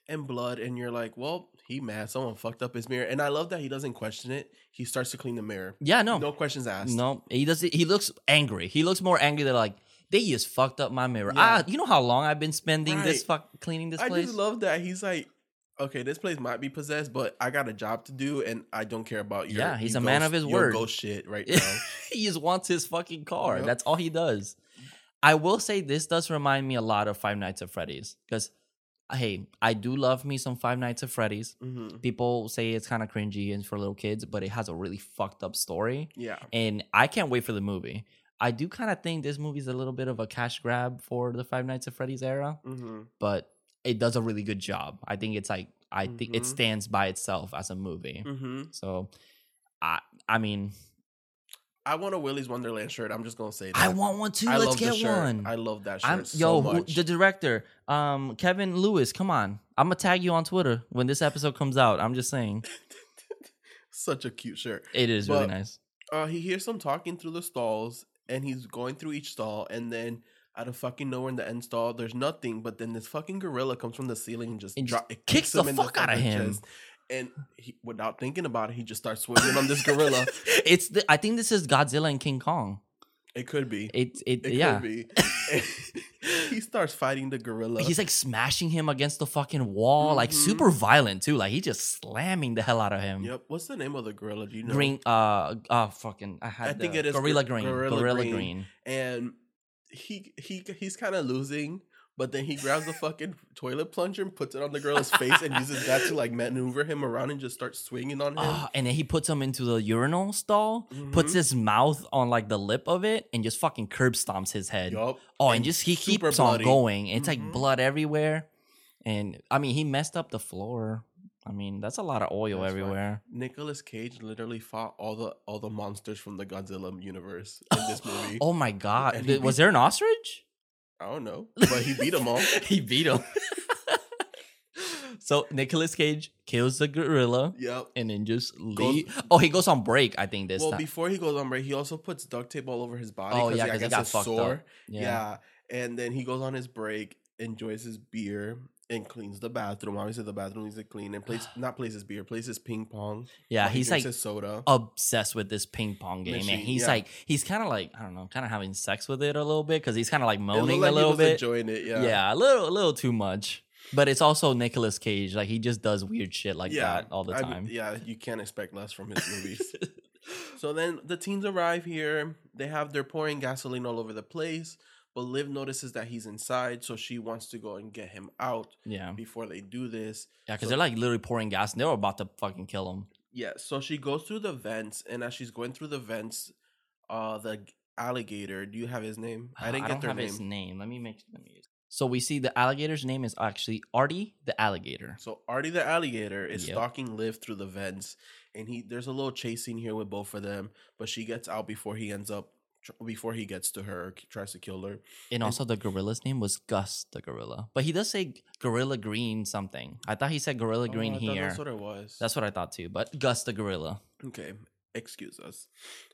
[SPEAKER 4] and blood. And you're like, well, he mad. Someone fucked up his mirror. And I love that he doesn't question it. He starts to clean the mirror.
[SPEAKER 3] Yeah, no,
[SPEAKER 4] no questions asked.
[SPEAKER 3] No, he does. He looks angry. He looks more angry than like they just fucked up my mirror.
[SPEAKER 4] Yeah.
[SPEAKER 3] Ah, you know how long I've been spending this
[SPEAKER 4] Right.
[SPEAKER 3] fuck cleaning this
[SPEAKER 4] I
[SPEAKER 3] place.
[SPEAKER 4] just love that he's like, okay, this place might be possessed, but I got a job to do, and I don't care about your.
[SPEAKER 3] Yeah, he's a
[SPEAKER 4] you
[SPEAKER 3] man
[SPEAKER 4] ghost-
[SPEAKER 3] of his
[SPEAKER 4] your
[SPEAKER 3] word.
[SPEAKER 4] Ghost shit right now.
[SPEAKER 3] he just wants his fucking car.
[SPEAKER 4] Yep.
[SPEAKER 3] That's all he does. I will say this does remind me a lot of Five Nights at Freddy's because, hey, I do love me some Five Nights at Freddy's.
[SPEAKER 4] hmm
[SPEAKER 3] People say it's kind of cringy and for little kids, but it has a really fucked up story,
[SPEAKER 4] Yeah,
[SPEAKER 3] and I can't wait for the movie. I do kind of think this movie's a little bit of a cash grab for the Five Nights at Freddy's era,
[SPEAKER 4] hmm
[SPEAKER 3] but it does a really good job. I think it's like I think it Mm.
[SPEAKER 4] Mhm. Mm-hmm.
[SPEAKER 3] stands by itself as a movie.
[SPEAKER 4] hmm
[SPEAKER 3] So, I I mean,
[SPEAKER 4] I want a Willy's Wonderland shirt. I'm just gonna say that.
[SPEAKER 3] I want one too.
[SPEAKER 4] I
[SPEAKER 3] Let's
[SPEAKER 4] love the
[SPEAKER 3] get
[SPEAKER 4] shirt.
[SPEAKER 3] one.
[SPEAKER 4] I love that shirt
[SPEAKER 3] I'm
[SPEAKER 4] so
[SPEAKER 3] yo, who-
[SPEAKER 4] much.
[SPEAKER 3] the director, um, Kevin Lewis. Come on, I'm gonna tag you on Twitter when this episode comes out. I'm just saying,
[SPEAKER 4] Such a cute shirt.
[SPEAKER 3] it is really
[SPEAKER 4] But-
[SPEAKER 3] nice.
[SPEAKER 4] Uh, he hears them talking through the stalls, and he's going through each stall, and then out of fucking nowhere in the end stall, there's nothing. But then this fucking gorilla comes from the ceiling and just
[SPEAKER 3] And
[SPEAKER 4] drop,
[SPEAKER 3] just
[SPEAKER 4] it
[SPEAKER 3] kicks the
[SPEAKER 4] him in
[SPEAKER 3] fuck outta
[SPEAKER 4] fucking
[SPEAKER 3] him.
[SPEAKER 4] chest. And he, without thinking about it, he just starts swinging on this gorilla.
[SPEAKER 3] it's the, I think this is Godzilla and King Kong.
[SPEAKER 4] It could be. It,
[SPEAKER 3] It it, yeah.
[SPEAKER 4] could be. he starts fighting the gorilla.
[SPEAKER 3] He's like smashing him against the fucking wall, like
[SPEAKER 4] Mhm.
[SPEAKER 3] super violent too. Like he just slamming the hell out of him.
[SPEAKER 4] yep. What's the name of the gorilla? Do you know?
[SPEAKER 3] Green, uh, uh, fucking. I had.
[SPEAKER 4] I think
[SPEAKER 3] the
[SPEAKER 4] it is
[SPEAKER 3] Gorilla
[SPEAKER 4] gr-
[SPEAKER 3] Green. Gorilla,
[SPEAKER 4] Gorilla
[SPEAKER 3] green.
[SPEAKER 4] Green. and he he he's kind of losing, but then he grabs the fucking toilet plunger and puts it on the girl's face and uses that to like maneuver him around and just start swinging on him.
[SPEAKER 3] Ah, and then he puts him into the urinal stall,
[SPEAKER 4] Mhm.
[SPEAKER 3] puts his mouth on like the lip of it, and just fucking curb stomps his head.
[SPEAKER 4] Yup.
[SPEAKER 3] Oh, and, just he
[SPEAKER 4] super
[SPEAKER 3] keeps on
[SPEAKER 4] bloody.
[SPEAKER 3] going. It's like
[SPEAKER 4] Mhm.
[SPEAKER 3] blood everywhere, and I mean he messed up the floor. I mean that's a lot of oil
[SPEAKER 4] That's fine.
[SPEAKER 3] everywhere.
[SPEAKER 4] Nicolas Cage literally fought all the all the monsters from the Godzilla universe in this movie.
[SPEAKER 3] Oh my god!
[SPEAKER 4] And he
[SPEAKER 3] Th- Was there an ostrich?
[SPEAKER 4] I don't know, but he beat them all.
[SPEAKER 3] he beat him. so Nicolas Cage kills the gorilla
[SPEAKER 4] Yep.
[SPEAKER 3] and then just
[SPEAKER 4] Goes-
[SPEAKER 3] leave. oh, he goes on break. I think this
[SPEAKER 4] well,
[SPEAKER 3] time.
[SPEAKER 4] before he goes on break, he also puts duct tape all over his body.
[SPEAKER 3] Oh, yeah,
[SPEAKER 4] I
[SPEAKER 3] 'cause he
[SPEAKER 4] guess
[SPEAKER 3] got
[SPEAKER 4] it's
[SPEAKER 3] fucked up.
[SPEAKER 4] Yeah. And then he goes on his break, enjoys his beer, and cleans the bathroom. Obviously, the bathroom needs to clean and plays not plays his beer, plays his ping pong.
[SPEAKER 3] yeah.
[SPEAKER 4] while he
[SPEAKER 3] He's like
[SPEAKER 4] drinks his soda.
[SPEAKER 3] obsessed with this ping pong game, and
[SPEAKER 4] Machine,
[SPEAKER 3] he's
[SPEAKER 4] yeah.
[SPEAKER 3] like he's kind of like I don't know, kind of having sex with it a little bit because he's kind of like
[SPEAKER 4] It looked
[SPEAKER 3] moaning
[SPEAKER 4] like
[SPEAKER 3] a
[SPEAKER 4] he
[SPEAKER 3] little
[SPEAKER 4] was
[SPEAKER 3] bit.
[SPEAKER 4] enjoying it.
[SPEAKER 3] Yeah.
[SPEAKER 4] Yeah,
[SPEAKER 3] a little, a little too much. But it's also Nicolas Cage. Like he just does weird shit like
[SPEAKER 4] Yeah,
[SPEAKER 3] that all the
[SPEAKER 4] I
[SPEAKER 3] time.
[SPEAKER 4] mean, yeah, you can't expect less from his movies. so then the teens arrive here. They have they're pouring gasoline all over the place. But Liv notices that he's inside, so she wants to go and get him out
[SPEAKER 3] yeah,
[SPEAKER 4] before they do this.
[SPEAKER 3] yeah, because
[SPEAKER 4] So-
[SPEAKER 3] they're like literally pouring gas and they were about to fucking kill him.
[SPEAKER 4] Yeah, so she goes through the vents, and as she's going through the vents, uh, the g- alligator. Do you have his name? I didn't
[SPEAKER 3] I
[SPEAKER 4] get
[SPEAKER 3] don't
[SPEAKER 4] their
[SPEAKER 3] have
[SPEAKER 4] name.
[SPEAKER 3] his name. Let me make. Let me use. So we see the alligator's name is actually Artie the alligator.
[SPEAKER 4] So Artie the alligator is
[SPEAKER 3] Yep.
[SPEAKER 4] stalking Liv through the vents, and he there's a little chase scene here with both of them, but she gets out before he ends up tr- before he gets to her, k- tries to kill her.
[SPEAKER 3] And also the gorilla's name was Gus the gorilla, but he does say gorilla green something. I thought he said gorilla green
[SPEAKER 4] Oh, I thought
[SPEAKER 3] here.
[SPEAKER 4] That's what it was.
[SPEAKER 3] That's what I thought too. But Gus the gorilla.
[SPEAKER 4] okay. Excuse us.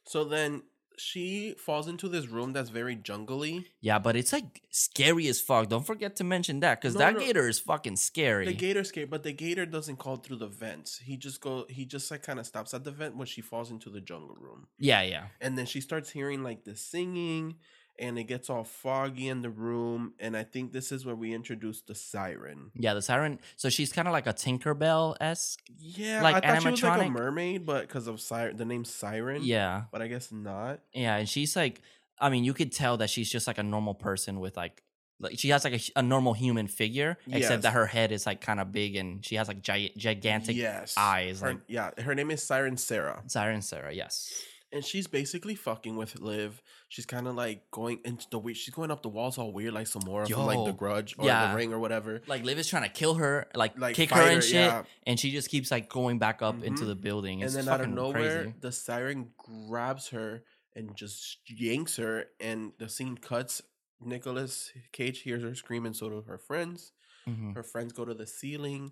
[SPEAKER 4] So then she falls into this room that's very jungly.
[SPEAKER 3] Yeah, but it's like scary as fuck. Don't forget to mention that because
[SPEAKER 4] No,
[SPEAKER 3] that
[SPEAKER 4] no.
[SPEAKER 3] gator is fucking scary.
[SPEAKER 4] The gator scared, but the gator doesn't call through the vents. He just go. He just like kind of stops at the vent when she falls into the jungle room,
[SPEAKER 3] yeah, yeah.
[SPEAKER 4] and then she starts hearing like the singing, and it gets all foggy in the room. And I think this is where we introduce the siren.
[SPEAKER 3] Yeah, the siren. So she's kind of like a Tinkerbell esque.
[SPEAKER 4] Yeah,
[SPEAKER 3] Like
[SPEAKER 4] I thought she was like a
[SPEAKER 3] animatronic?
[SPEAKER 4] mermaid, but because of siren, the name siren.
[SPEAKER 3] Yeah,
[SPEAKER 4] but I guess not.
[SPEAKER 3] yeah. And she's like, I mean, you could tell that she's just like a normal person with like, like she has like a, hu- a normal human figure, except that
[SPEAKER 4] Yes.
[SPEAKER 3] her head is like kind of big and she has like gi- gigantic
[SPEAKER 4] yes,
[SPEAKER 3] eyes.
[SPEAKER 4] Her-
[SPEAKER 3] Like
[SPEAKER 4] yeah, her name is Siren Sarah.
[SPEAKER 3] Siren Sarah, yes.
[SPEAKER 4] and she's basically fucking with Liv. She's kind of like going into the way she's going up the walls all weird, like Samora from like
[SPEAKER 3] Yo.
[SPEAKER 4] The Grudge or
[SPEAKER 3] Yeah.
[SPEAKER 4] The Ring or whatever.
[SPEAKER 3] Like Liv is trying to kill her, like,
[SPEAKER 4] Like
[SPEAKER 3] kick
[SPEAKER 4] fight
[SPEAKER 3] her and shit,
[SPEAKER 4] yeah.
[SPEAKER 3] and she just keeps like going back up into
[SPEAKER 4] Mhm.
[SPEAKER 3] the building.
[SPEAKER 4] And
[SPEAKER 3] It's
[SPEAKER 4] then out of
[SPEAKER 3] fucking
[SPEAKER 4] nowhere,
[SPEAKER 3] crazy.
[SPEAKER 4] the siren grabs her and just yanks her, and the scene cuts. Nicholas Cage hears her scream, and so do her friends.
[SPEAKER 3] Mhm.
[SPEAKER 4] Her friends go to the ceiling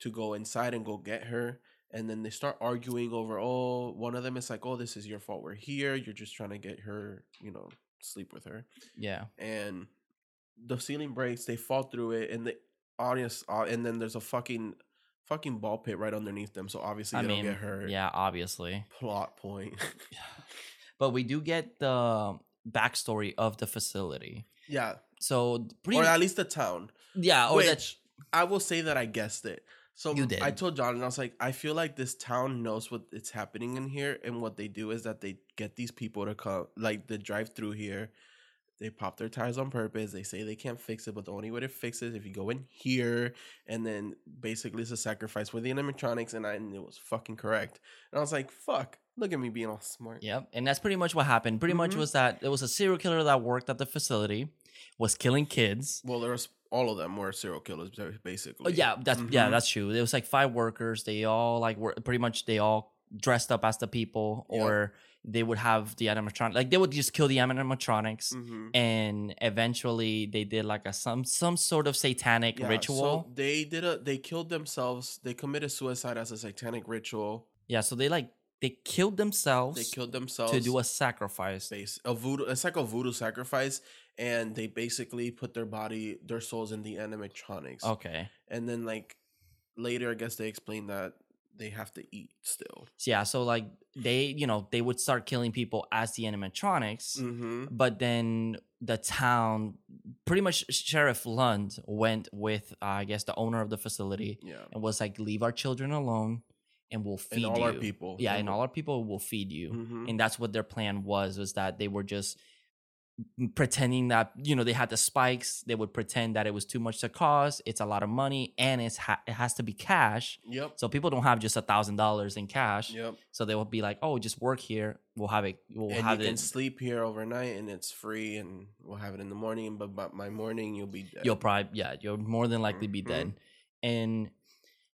[SPEAKER 4] to go inside and go get her. And then they start arguing over, oh, one of them is like, oh, this is your fault. We're here. You're just trying to get her, you know, sleep with her.
[SPEAKER 3] Yeah.
[SPEAKER 4] and the ceiling breaks. They fall through it, and the audience, uh, and then there's a fucking, fucking ball pit right underneath them. So obviously
[SPEAKER 3] I
[SPEAKER 4] they
[SPEAKER 3] mean,
[SPEAKER 4] don't get hurt.
[SPEAKER 3] yeah, obviously.
[SPEAKER 4] Plot point.
[SPEAKER 3] But we do get the backstory of the facility.
[SPEAKER 4] yeah,
[SPEAKER 3] So pretty
[SPEAKER 4] or at least the town.
[SPEAKER 3] yeah, or
[SPEAKER 4] Which
[SPEAKER 3] that
[SPEAKER 4] I will say that I guessed it. So
[SPEAKER 3] You did.
[SPEAKER 4] I told John, and I was like, I feel like this town knows what it's happening in here, and what they do is that they get these people to come, like the drive through here. They pop their tires on purpose. They say they can't fix it, but the only way to fix it is if you go in here, and then basically it's a sacrifice for the animatronics. And I and it was fucking correct. And I was like, fuck, look at me being all smart.
[SPEAKER 3] Yep. And that's pretty much what happened. Pretty much
[SPEAKER 4] Mhm.
[SPEAKER 3] was that there was a serial killer that worked at the facility, was killing kids.
[SPEAKER 4] Well, there was all of them were serial killers,
[SPEAKER 3] Oh,
[SPEAKER 4] basically.
[SPEAKER 3] yeah, that's yeah,
[SPEAKER 4] Mhm.
[SPEAKER 3] that's true. There was like five workers. They all like were pretty much they all dressed up as the people
[SPEAKER 4] Yep.
[SPEAKER 3] or they would have the animatronic like they would just kill the animatronics
[SPEAKER 4] Mhm.
[SPEAKER 3] and eventually they did like a some some sort of satanic
[SPEAKER 4] Yeah, so
[SPEAKER 3] ritual
[SPEAKER 4] they did a they killed themselves. They committed suicide as a satanic ritual.
[SPEAKER 3] yeah so they like they killed themselves
[SPEAKER 4] They killed themselves
[SPEAKER 3] to do a sacrifice
[SPEAKER 4] base a voodoo it's like a voodoo sacrifice and they basically put their body their souls in the animatronics
[SPEAKER 3] okay
[SPEAKER 4] and then like later i guess they explain that they have to eat still
[SPEAKER 3] So, yeah so like they you know they would start killing people as the animatronics
[SPEAKER 4] mm-hmm.
[SPEAKER 3] but then the town pretty much sheriff lund went with uh, i guess the owner of the facility
[SPEAKER 4] yeah
[SPEAKER 3] and was like leave our children alone and we'll feed
[SPEAKER 4] and all
[SPEAKER 3] you
[SPEAKER 4] our people
[SPEAKER 3] yeah and all our people will feed you
[SPEAKER 4] mm-hmm.
[SPEAKER 3] and that's what their plan was was that they were just pretending that you know they had the spikes they would pretend that it was too much to cost it's a lot of money and it's ha- it has to be cash
[SPEAKER 4] yep
[SPEAKER 3] so people don't have just a thousand dollars in cash
[SPEAKER 4] yep
[SPEAKER 3] so they will be like oh just work here we'll have it we'll
[SPEAKER 4] and
[SPEAKER 3] have
[SPEAKER 4] you can
[SPEAKER 3] it
[SPEAKER 4] sleep here overnight and it's free and we'll have it in the morning but by my morning you'll be dead
[SPEAKER 3] you'll probably yeah you'll more than likely be
[SPEAKER 4] Mhm.
[SPEAKER 3] dead and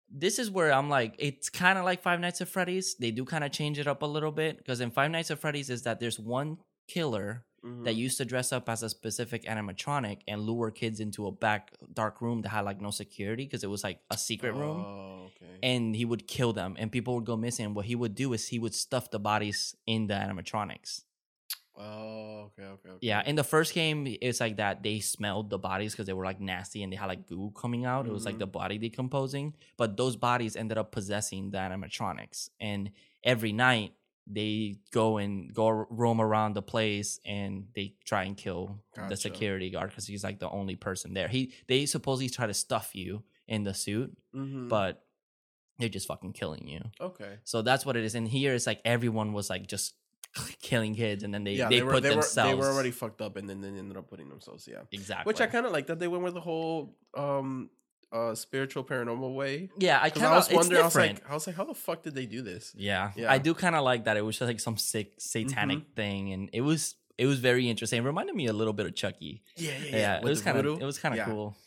[SPEAKER 3] this is where i'm like it's kind of like five nights at freddy's they do kind of change it up a little bit because in five nights at freddy's is that there's one killer that
[SPEAKER 4] Mhm.
[SPEAKER 3] used to dress up as a specific animatronic and lure kids into a back dark room that had like no security because it was like a secret room
[SPEAKER 4] oh okay
[SPEAKER 3] and he would kill them and people would go missing what he would do is he would stuff the bodies in the animatronics
[SPEAKER 4] oh okay okay, okay.
[SPEAKER 3] yeah in the first game it's like that they smelled the bodies because they were like nasty and they had like goo coming out it was like
[SPEAKER 4] Mhm.
[SPEAKER 3] the body decomposing but those bodies ended up possessing the animatronics and every night they go and go roam around the place and they try and kill the
[SPEAKER 4] Gotcha.
[SPEAKER 3] security guard because he's like the only person there he they supposedly try to stuff you in the suit
[SPEAKER 4] Mhm.
[SPEAKER 3] but they're just fucking killing you
[SPEAKER 4] okay
[SPEAKER 3] so that's what it is and here it's like everyone was like just killing kids and then they
[SPEAKER 4] yeah
[SPEAKER 3] they,
[SPEAKER 4] they, were
[SPEAKER 3] put
[SPEAKER 4] they
[SPEAKER 3] themselves
[SPEAKER 4] were they were already fucked up and then they ended up putting themselves yeah
[SPEAKER 3] Exactly.
[SPEAKER 4] Which I kind of like that they went with the whole um uh spiritual paranormal way.
[SPEAKER 3] yeah, I
[SPEAKER 4] Because I
[SPEAKER 3] kind of
[SPEAKER 4] was
[SPEAKER 3] it's
[SPEAKER 4] wondering, I was
[SPEAKER 3] different.
[SPEAKER 4] like, I was like, how the fuck did they do this?
[SPEAKER 3] yeah.
[SPEAKER 4] Yeah.
[SPEAKER 3] I do kind of like that. It was just like some sick satanic thing, and it was it was very interesting. It reminded me a little bit of Chucky.
[SPEAKER 4] Yeah,
[SPEAKER 3] Yeah, it was kind of it was kind of
[SPEAKER 4] Yeah.
[SPEAKER 3] cool.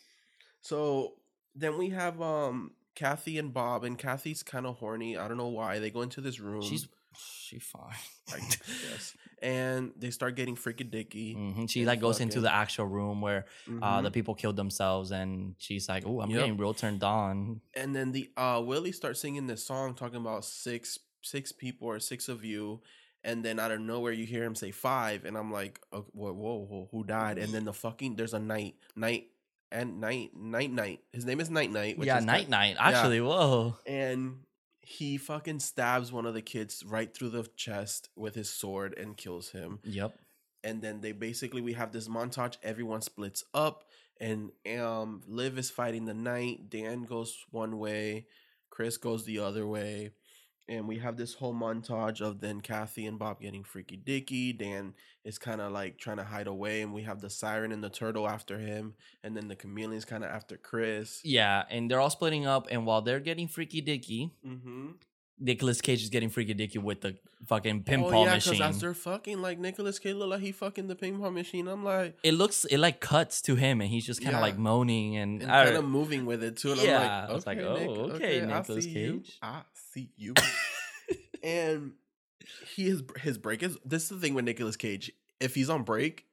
[SPEAKER 4] So then we have um Kathy and Bob, and Kathy's kind of horny. I don't know why they go into this room.
[SPEAKER 3] She's she fine.
[SPEAKER 4] I guess, and they start getting freaking dicky.
[SPEAKER 3] hmm She
[SPEAKER 4] It's
[SPEAKER 3] like goes into
[SPEAKER 4] fucking-
[SPEAKER 3] the actual room where uh,
[SPEAKER 4] Mhm.
[SPEAKER 3] the people killed themselves, and she's like, "Oh, I'm
[SPEAKER 4] Yep.
[SPEAKER 3] getting real turned on."
[SPEAKER 4] and then the uh Willie starts singing this song talking about six six people or six of you and then out of nowhere you hear him say five and I'm like oh, whoa, whoa whoa who died and then the fucking there's a night night and night night night his name is night night
[SPEAKER 3] yeah,
[SPEAKER 4] is
[SPEAKER 3] night night. Actually, whoa.
[SPEAKER 4] and he fucking stabs one of the kids right through the chest with his sword and kills him
[SPEAKER 3] Yep.
[SPEAKER 4] and then they basically we have this montage everyone splits up and um liv is fighting the night dan goes one way chris goes the other way and we have this whole montage of then kathy and bob getting freaky dicky dan is kind of like trying to hide away and we have the siren and the turtle after him and then the chameleon's kind of after chris
[SPEAKER 3] Yeah, and they're all splitting up, and while they're getting freaky dicky,
[SPEAKER 4] mm-hmm.
[SPEAKER 3] Nicolas Cage is getting freaky dicky with the fucking ping
[SPEAKER 4] oh
[SPEAKER 3] pong
[SPEAKER 4] yeah because
[SPEAKER 3] machine.
[SPEAKER 4] as they're fucking like nicholas Cage look like he fucking the ping pong machine i'm like
[SPEAKER 3] it looks it like cuts to him and he's just kind of
[SPEAKER 4] Yeah.
[SPEAKER 3] like moaning and,
[SPEAKER 4] and
[SPEAKER 3] I-
[SPEAKER 4] kind of moving with it too. And
[SPEAKER 3] Yeah,
[SPEAKER 4] I'm like,
[SPEAKER 3] I was like,
[SPEAKER 4] "Okay, Nick,
[SPEAKER 3] oh, okay,
[SPEAKER 4] I
[SPEAKER 3] Nicolas
[SPEAKER 4] see you.
[SPEAKER 3] Cage."
[SPEAKER 4] I see you. and he is his break is this is the thing with Nicolas Cage. If he's on break,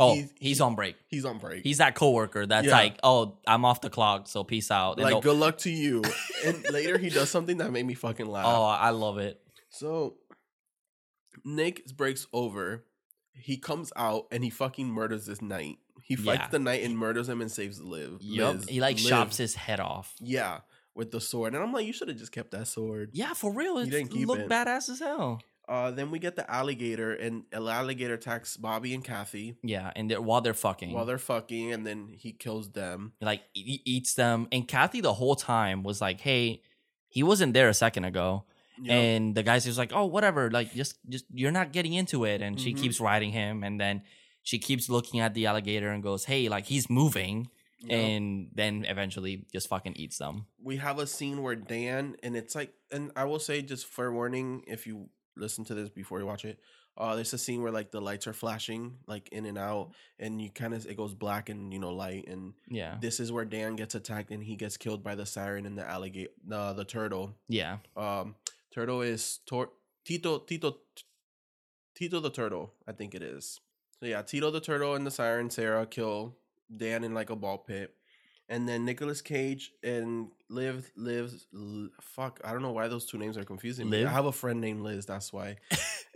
[SPEAKER 3] oh
[SPEAKER 4] he's,
[SPEAKER 3] he's, on break.
[SPEAKER 4] he's on break.
[SPEAKER 3] He's that coworker that's
[SPEAKER 4] Yeah.
[SPEAKER 3] like, oh, I'm off the clock, so peace out. And
[SPEAKER 4] like,
[SPEAKER 3] they'll-
[SPEAKER 4] good luck to you. and later he does something that made me fucking laugh.
[SPEAKER 3] oh, I love it.
[SPEAKER 4] So Nick breaks over. He comes out and he fucking murders this knight. He fights
[SPEAKER 3] Yeah.
[SPEAKER 4] the knight and murders him and saves Liv.
[SPEAKER 3] Yup,
[SPEAKER 4] Liz.
[SPEAKER 3] he like
[SPEAKER 4] Liv.
[SPEAKER 3] chops his head off.
[SPEAKER 4] Yeah, with the sword. And I'm like, you should have just kept that sword.
[SPEAKER 3] Yeah, for real, it
[SPEAKER 4] didn't keep
[SPEAKER 3] looked
[SPEAKER 4] it.
[SPEAKER 3] badass as hell.
[SPEAKER 4] Uh, then we get the alligator, and the alligator attacks Bobby and Kathy
[SPEAKER 3] Yeah, and they're, while they're fucking,
[SPEAKER 4] while they're fucking, and then he kills them.
[SPEAKER 3] he, like e- eats them. And Kathy the whole time was like, hey, he wasn't there a second ago.
[SPEAKER 4] Yep.
[SPEAKER 3] and the guy's just like, "Oh, whatever, like just just you're not getting into it." And she
[SPEAKER 4] Mhm.
[SPEAKER 3] keeps riding him, and then she keeps looking at the alligator and goes, "Hey, like he's moving,"
[SPEAKER 4] Yep.
[SPEAKER 3] and then eventually just fucking eats them.
[SPEAKER 4] we have a scene where Dan, and it's like, and I will say just fair warning if you listen to this before you watch it. Uh, there's a scene where like the lights are flashing like in and out, and you kind of it goes black and you know light, and
[SPEAKER 3] Yeah,
[SPEAKER 4] this is where Dan gets attacked and he gets killed by the siren and the alligator, uh, the turtle.
[SPEAKER 3] yeah.
[SPEAKER 4] Um, turtle is tor- Tito Tito Tito the Turtle, I think it is. So yeah, Tito the Turtle and the Siren Sarah kill Dan in like a ball pit. And then Nicolas Cage and Liv lives L- fuck, I don't know why those two names are confusing me. I
[SPEAKER 3] Liv?
[SPEAKER 4] have a friend named Liz, that's why.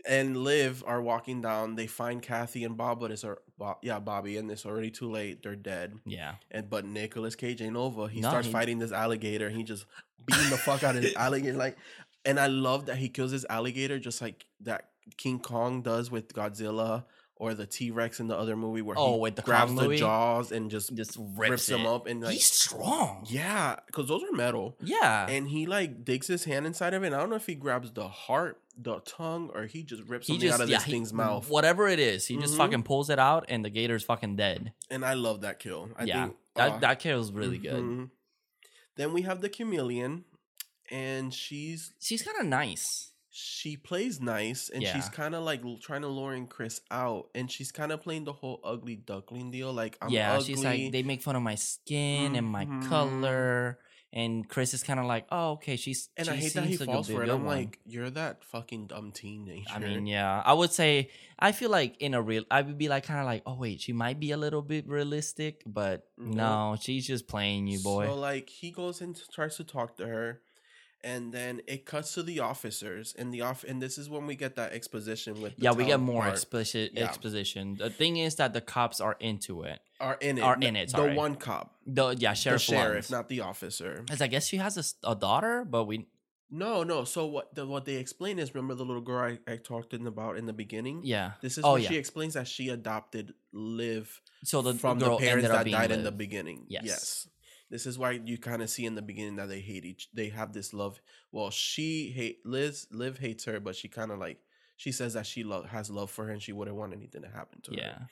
[SPEAKER 4] and Liv are walking down, they find Kathy and Bob, but it's ar- Bo- yeah, Bobby, and it's already too late. They're dead.
[SPEAKER 3] Yeah.
[SPEAKER 4] And but Nicolas Cage ain't over. He
[SPEAKER 3] No,
[SPEAKER 4] starts
[SPEAKER 3] he-
[SPEAKER 4] fighting this alligator. He just beating the fuck out of this alligator. Like, and I love that he kills this alligator just like that King Kong does with Godzilla or the T Rex in the other movie where
[SPEAKER 3] Oh,
[SPEAKER 4] he
[SPEAKER 3] with the
[SPEAKER 4] grabs
[SPEAKER 3] Kong
[SPEAKER 4] the
[SPEAKER 3] movie?
[SPEAKER 4] jaws and just
[SPEAKER 3] Just
[SPEAKER 4] rips,
[SPEAKER 3] rips,
[SPEAKER 4] him
[SPEAKER 3] it.
[SPEAKER 4] up and like
[SPEAKER 3] He's strong.
[SPEAKER 4] yeah, because those are metal.
[SPEAKER 3] Yeah.
[SPEAKER 4] And he like digs his hand inside of it. And I don't know if he grabs the heart, the tongue, or he just rips
[SPEAKER 3] he
[SPEAKER 4] something
[SPEAKER 3] just
[SPEAKER 4] out of
[SPEAKER 3] yeah,
[SPEAKER 4] this
[SPEAKER 3] he-
[SPEAKER 4] thing's mouth.
[SPEAKER 3] Whatever it is, he just
[SPEAKER 4] Mhm.
[SPEAKER 3] fucking pulls it out, and the gator's fucking dead.
[SPEAKER 4] And I love that kill. I
[SPEAKER 3] yeah,
[SPEAKER 4] think,
[SPEAKER 3] that
[SPEAKER 4] uh,
[SPEAKER 3] that kill was really good.
[SPEAKER 4] Mhm. Then we have the chameleon, and she's
[SPEAKER 5] She's kind of nice.
[SPEAKER 4] she plays nice, and she's
[SPEAKER 3] Yeah.
[SPEAKER 4] kind of like l- trying to luring Chris out, and she's kind of playing the whole ugly duckling deal. Like I'm
[SPEAKER 3] yeah,
[SPEAKER 4] ugly.
[SPEAKER 3] she's like they make fun of my skin and my
[SPEAKER 4] Mhm.
[SPEAKER 3] color, and Chris is kind of like, oh okay, she's
[SPEAKER 4] and
[SPEAKER 3] she
[SPEAKER 4] I hate that he
[SPEAKER 3] seems like a
[SPEAKER 4] falls
[SPEAKER 3] big
[SPEAKER 4] for it.
[SPEAKER 3] good
[SPEAKER 4] I'm
[SPEAKER 3] one.
[SPEAKER 4] like, you're that fucking dumb teenager.
[SPEAKER 3] I mean, yeah, I would say I feel like in a real, I would be like kind of like, oh wait, she might be a little bit realistic, but
[SPEAKER 4] Nope.
[SPEAKER 3] no, she's just playing you, boy.
[SPEAKER 4] So like he goes and t- tries to talk to her, and then it cuts to the officers, and the off, and this is when we get that exposition with the
[SPEAKER 3] yeah, we get
[SPEAKER 4] town
[SPEAKER 3] more
[SPEAKER 4] part.
[SPEAKER 3] explicit
[SPEAKER 4] Yeah.
[SPEAKER 3] exposition. The thing is that the cops are into it.
[SPEAKER 4] are in it
[SPEAKER 3] are
[SPEAKER 4] the-
[SPEAKER 3] in it,
[SPEAKER 4] the
[SPEAKER 3] sorry.
[SPEAKER 4] one cop,
[SPEAKER 3] The yeah,
[SPEAKER 4] the
[SPEAKER 3] sheriff,
[SPEAKER 4] sheriff,
[SPEAKER 3] Lawrence.
[SPEAKER 4] not the officer.
[SPEAKER 3] As I guess she has a s- a, daughter, but we
[SPEAKER 4] No, no. So what the, what they explain is remember the little girl I, I talked in about in the beginning.
[SPEAKER 3] yeah.
[SPEAKER 4] This is
[SPEAKER 3] Oh,
[SPEAKER 4] when
[SPEAKER 3] yeah.
[SPEAKER 4] she explains that she adopted Liv
[SPEAKER 3] So the
[SPEAKER 4] from the
[SPEAKER 3] girl
[SPEAKER 4] parents
[SPEAKER 3] ended up
[SPEAKER 4] that
[SPEAKER 3] being
[SPEAKER 4] died in the
[SPEAKER 3] Liv.
[SPEAKER 4] beginning.
[SPEAKER 3] Yes.
[SPEAKER 4] This is why you kind of see in the beginning that they hate each. They have this love. Well, she hate Liz. Liv hates her, but she kind of like she says that she love has love for her and she wouldn't want anything to happen to
[SPEAKER 3] Yeah.
[SPEAKER 4] her.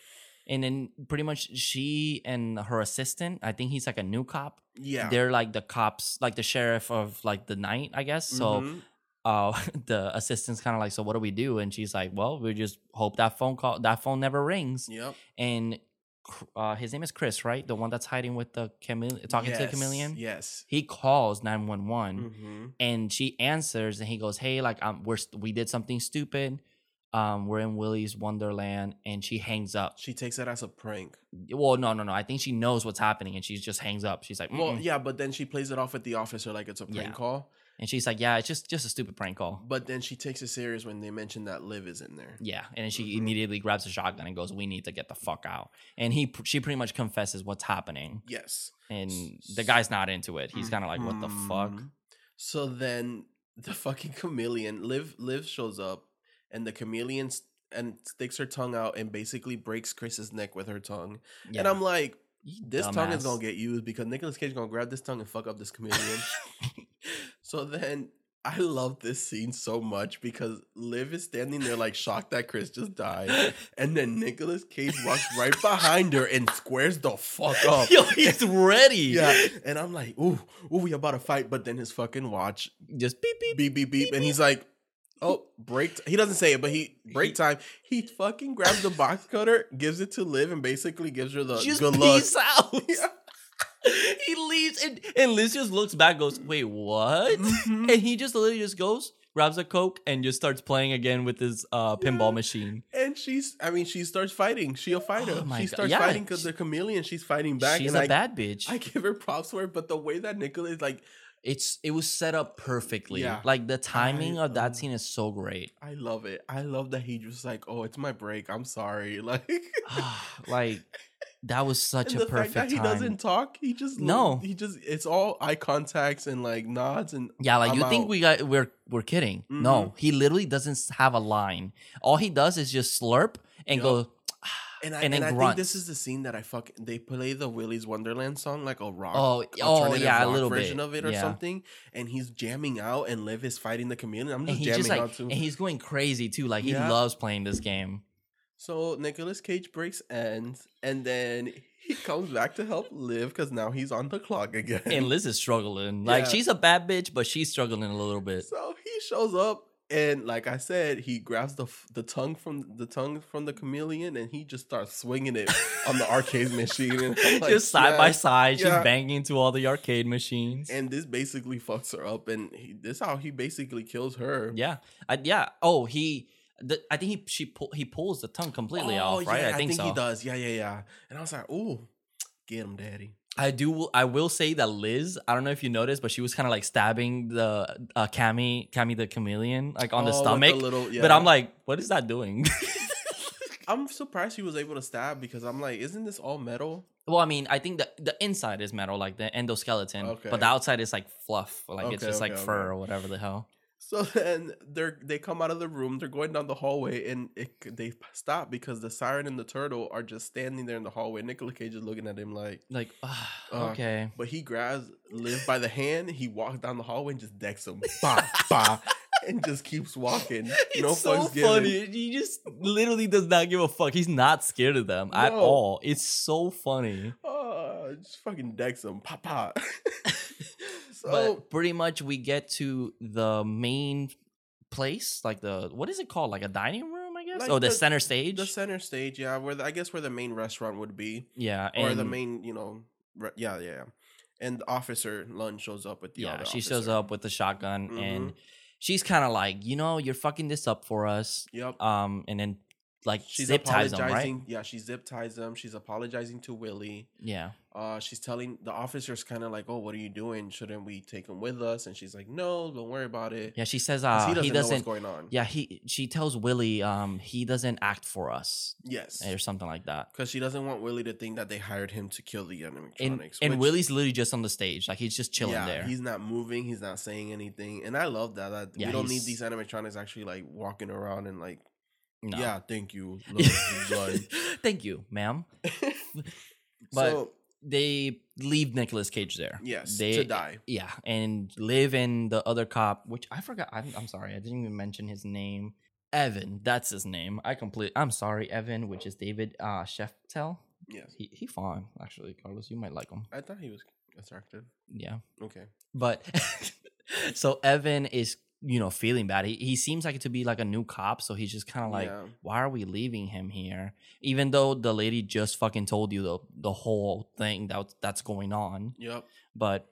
[SPEAKER 3] And then pretty much she and her assistant, I think he's like a new cop.
[SPEAKER 4] Yeah.
[SPEAKER 3] They're like the cops, like the sheriff of like the night, I guess. So
[SPEAKER 4] Mhm.
[SPEAKER 3] uh the assistant's kind of like, "So what do we do?" And she's like, "Well, we just hope that phone call that phone never rings."
[SPEAKER 4] Yep.
[SPEAKER 3] And Cr- uh his name is Chris, right? The one that's hiding with the chameleon talking to the
[SPEAKER 4] Yes,
[SPEAKER 3] chameleon. Mm.
[SPEAKER 4] Yes.
[SPEAKER 3] He calls 911
[SPEAKER 4] Mhm.
[SPEAKER 3] and she answers and he goes hey like um, we're st- we did something stupid um we're in willy's wonderland and she hangs up
[SPEAKER 4] She takes that as a prank.
[SPEAKER 3] well no no no i think she knows what's happening and she just hangs up she's like
[SPEAKER 4] Well,
[SPEAKER 3] "Mm-mm."
[SPEAKER 4] yeah, but then she plays it off at the officer like it's a prank
[SPEAKER 3] Yeah.
[SPEAKER 4] call.
[SPEAKER 3] and she's like yeah it's just just a stupid prank call
[SPEAKER 4] But then she takes it serious when they mention that Liv is in there.
[SPEAKER 3] yeah and then she
[SPEAKER 4] Mhm.
[SPEAKER 3] immediately grabs a shotgun and goes we need to get the fuck out and he pr- she pretty much confesses what's happening
[SPEAKER 4] Yes.
[SPEAKER 3] and the guy's not into it he's kind of like what the fuck
[SPEAKER 4] Mhm. So then the fucking chameleon, Liv Liv shows up and the chameleon s and sticks her tongue out and basically breaks Chris's neck with her tongue.
[SPEAKER 3] yeah.
[SPEAKER 4] And I'm like,
[SPEAKER 3] You
[SPEAKER 4] this tongue is
[SPEAKER 3] dumbass.
[SPEAKER 4] gonna get used because Nicolas Cage gonna grab this tongue and fuck up this chameleon. so then I love this scene so much because Liv is standing there like shocked that Chris just died. And then Nicolas Cage walks right behind her and squares the fuck up.
[SPEAKER 3] Yo, he's ready.
[SPEAKER 4] Yeah. And I'm like, ooh, ooh, we about to fight. But then his fucking watch
[SPEAKER 3] Just beep beep.
[SPEAKER 4] beep beep beep, and he's like, "Oh, break!" T-. He doesn't say it, but he break time. He fucking grabs the box cutter, gives it to Liv, and basically gives her the
[SPEAKER 3] just
[SPEAKER 4] uh, good luck.
[SPEAKER 3] peace out. he leaves and, and Liz just looks back, goes, wait, what?
[SPEAKER 4] Mhm.
[SPEAKER 3] And he just literally just goes, grabs a Coke, and just starts playing again with his uh, pinball
[SPEAKER 4] Yeah.
[SPEAKER 3] machine.
[SPEAKER 4] And she's, I mean, she starts fighting. She a fighter.
[SPEAKER 3] Oh my
[SPEAKER 4] she
[SPEAKER 3] God.
[SPEAKER 4] starts
[SPEAKER 3] Yeah,
[SPEAKER 4] fighting because
[SPEAKER 3] she-
[SPEAKER 4] they're chameleon. She's fighting back.
[SPEAKER 3] She's
[SPEAKER 4] and
[SPEAKER 3] a
[SPEAKER 4] I
[SPEAKER 3] bad bitch.
[SPEAKER 4] I give her props for it, but the way that Nicola is like,
[SPEAKER 3] it's it was set up perfectly.
[SPEAKER 4] Yeah.
[SPEAKER 3] Like the timing of
[SPEAKER 4] um,
[SPEAKER 3] that scene is so great.
[SPEAKER 4] I love it. I love that he just like, oh, it's my break. I'm sorry. Like,
[SPEAKER 3] like that was such
[SPEAKER 4] and
[SPEAKER 3] a
[SPEAKER 4] the fact
[SPEAKER 3] perfect
[SPEAKER 4] that he
[SPEAKER 3] time.
[SPEAKER 4] doesn't talk, he just
[SPEAKER 3] No.
[SPEAKER 4] he just it's all eye contacts and like nods and
[SPEAKER 3] Yeah, like
[SPEAKER 4] I'm
[SPEAKER 3] you think
[SPEAKER 4] out.
[SPEAKER 3] we got we're we're kidding. No,
[SPEAKER 4] Mm-hmm.
[SPEAKER 3] he literally doesn't s- have a line. All he does is just slurp and
[SPEAKER 4] Yup.
[SPEAKER 3] go
[SPEAKER 4] And I,
[SPEAKER 3] And
[SPEAKER 4] and
[SPEAKER 3] then
[SPEAKER 4] I think
[SPEAKER 3] grunts.
[SPEAKER 4] this is the scene that I fuck. They play the Willy's Wonderland song like a rock,
[SPEAKER 3] Oh, oh,
[SPEAKER 4] alternative
[SPEAKER 3] yeah, a
[SPEAKER 4] rock
[SPEAKER 3] little
[SPEAKER 4] version
[SPEAKER 3] bit,
[SPEAKER 4] of it or
[SPEAKER 3] yeah.
[SPEAKER 4] something. And he's jamming out, and Liv is fighting the chameleon. I'm
[SPEAKER 3] and
[SPEAKER 4] just
[SPEAKER 3] he's
[SPEAKER 4] jamming
[SPEAKER 3] just like
[SPEAKER 4] out too.
[SPEAKER 3] and he's going crazy too. Like he
[SPEAKER 4] Yeah.
[SPEAKER 3] loves playing this game.
[SPEAKER 4] so Nicolas Cage breaks ends, and then he comes back to help Liv because now he's on the clock again.
[SPEAKER 3] And Liz is struggling. Like
[SPEAKER 4] Yeah.
[SPEAKER 3] she's a bad bitch, but she's struggling a little bit.
[SPEAKER 4] so he shows up, and like I said, he grabs the f- the tongue from the tongue from the chameleon, and he just starts swinging it on the arcade machine. And I'm like,
[SPEAKER 3] just side by
[SPEAKER 4] "Yes."
[SPEAKER 3] side,
[SPEAKER 4] yeah.
[SPEAKER 3] she's banging into all the arcade machines.
[SPEAKER 4] and this basically fucks her up and he, this how he basically kills her
[SPEAKER 3] yeah, I, yeah. Oh, he. The, I think he she pull, he pulls the tongue completely off, right?
[SPEAKER 4] Oh, yeah,
[SPEAKER 3] I think, so.
[SPEAKER 4] he does. Yeah, yeah, yeah. And I was like, ooh, get him, daddy.
[SPEAKER 3] I do. I will say that Liz. I don't know if you noticed, but she was kind of like stabbing the uh, Cammy, Cammy the chameleon, like on the
[SPEAKER 4] Oh, with
[SPEAKER 3] stomach.
[SPEAKER 4] little,
[SPEAKER 3] But I'm
[SPEAKER 4] yeah.
[SPEAKER 3] like, what is that doing?
[SPEAKER 4] I'm surprised she was able to stab because I'm like, isn't this all metal?
[SPEAKER 3] well, I mean, I think the the inside is metal, like the endoskeleton, but
[SPEAKER 4] Okay.
[SPEAKER 3] the outside is like fluff, like it's
[SPEAKER 4] Okay,
[SPEAKER 3] just like
[SPEAKER 4] okay,
[SPEAKER 3] fur
[SPEAKER 4] okay.
[SPEAKER 3] or whatever the hell.
[SPEAKER 4] So then they're they come out of the room. They're going down the hallway, and it, c- they stop because the siren and the turtle are just standing there in the hallway. Nicolas Cage is looking at him like,
[SPEAKER 3] Like, ah,
[SPEAKER 4] Uh,
[SPEAKER 3] okay,
[SPEAKER 4] but he grabs Liv by the hand. He walks down the hallway and just decks him, bah, bah, and just keeps walking. no fun's given.
[SPEAKER 3] He just literally does not give a fuck. He's not scared of them at
[SPEAKER 4] No.
[SPEAKER 3] all. It's so funny.
[SPEAKER 4] Oh, just fucking decks him, pop, pop. so
[SPEAKER 3] but pretty much we get to the main place, like the what is it called? Like a dining room, I guess.
[SPEAKER 4] Like
[SPEAKER 3] oh, the,
[SPEAKER 4] the-
[SPEAKER 3] center stage.
[SPEAKER 4] the center stage, yeah, where the, I guess where the main restaurant would be,
[SPEAKER 3] yeah,
[SPEAKER 4] or
[SPEAKER 3] and
[SPEAKER 4] the main, you know, re- yeah, yeah, yeah. And the officer Lund shows up with the
[SPEAKER 3] yeah,
[SPEAKER 4] other
[SPEAKER 3] she shows
[SPEAKER 4] officer. Mm-hmm.
[SPEAKER 3] up with the shotgun and she's kind of like, you know, you're fucking this up for us.
[SPEAKER 4] Yep,
[SPEAKER 3] Um, and then like
[SPEAKER 4] she's
[SPEAKER 3] zip ties
[SPEAKER 4] apologizing.
[SPEAKER 3] them, right?
[SPEAKER 4] Yeah, she zip ties him. She's apologizing to Willie.
[SPEAKER 3] Yeah,
[SPEAKER 4] uh, she's telling the officers kind of like, "Oh, what are you doing? Shouldn't we take him with us?" And she's like, "No, don't worry about it."
[SPEAKER 3] yeah. She says,
[SPEAKER 4] 'Cause
[SPEAKER 3] uh,
[SPEAKER 4] he doesn't,
[SPEAKER 3] he
[SPEAKER 4] know what's
[SPEAKER 3] doesn't.
[SPEAKER 4] going on.
[SPEAKER 3] Yeah, he. She tells Willie, um, he doesn't act for us
[SPEAKER 4] Yes,
[SPEAKER 3] or something like that.
[SPEAKER 4] because she doesn't want Willie to think that they hired him to kill the animatronics.
[SPEAKER 3] And and
[SPEAKER 4] which-
[SPEAKER 3] Willie's literally just on the stage, like he's just chilling
[SPEAKER 4] yeah,
[SPEAKER 3] there.
[SPEAKER 4] He's not moving. He's not saying anything. And I love that. that
[SPEAKER 3] Yeah,
[SPEAKER 4] we don't need
[SPEAKER 3] he's-
[SPEAKER 4] these animatronics actually like walking around and like,
[SPEAKER 3] No.
[SPEAKER 4] yeah, thank you. Lord, blood."
[SPEAKER 3] Thank you, ma'am. But-
[SPEAKER 4] so
[SPEAKER 3] They leave Nicolas Cage there.
[SPEAKER 4] yes,
[SPEAKER 3] they
[SPEAKER 4] to die.
[SPEAKER 3] yeah, and live in the other cop, which I forgot. I'm, I'm sorry, I didn't even mention his name. Evan, that's his name. I complete. I'm sorry, Evan, which is David uh, Sheftel.
[SPEAKER 4] Yes,
[SPEAKER 3] He he fine actually, Carlos. You might like him.
[SPEAKER 4] I thought he was attractive.
[SPEAKER 3] Yeah,
[SPEAKER 4] Okay.
[SPEAKER 3] but so Evan is you know feeling bad. He he seems like to be like a new cop, so he's just kind of like.
[SPEAKER 4] yeah.
[SPEAKER 3] why are we leaving him here? Even though the lady just fucking told you the the whole thing that that's going on,
[SPEAKER 4] Yep.
[SPEAKER 3] but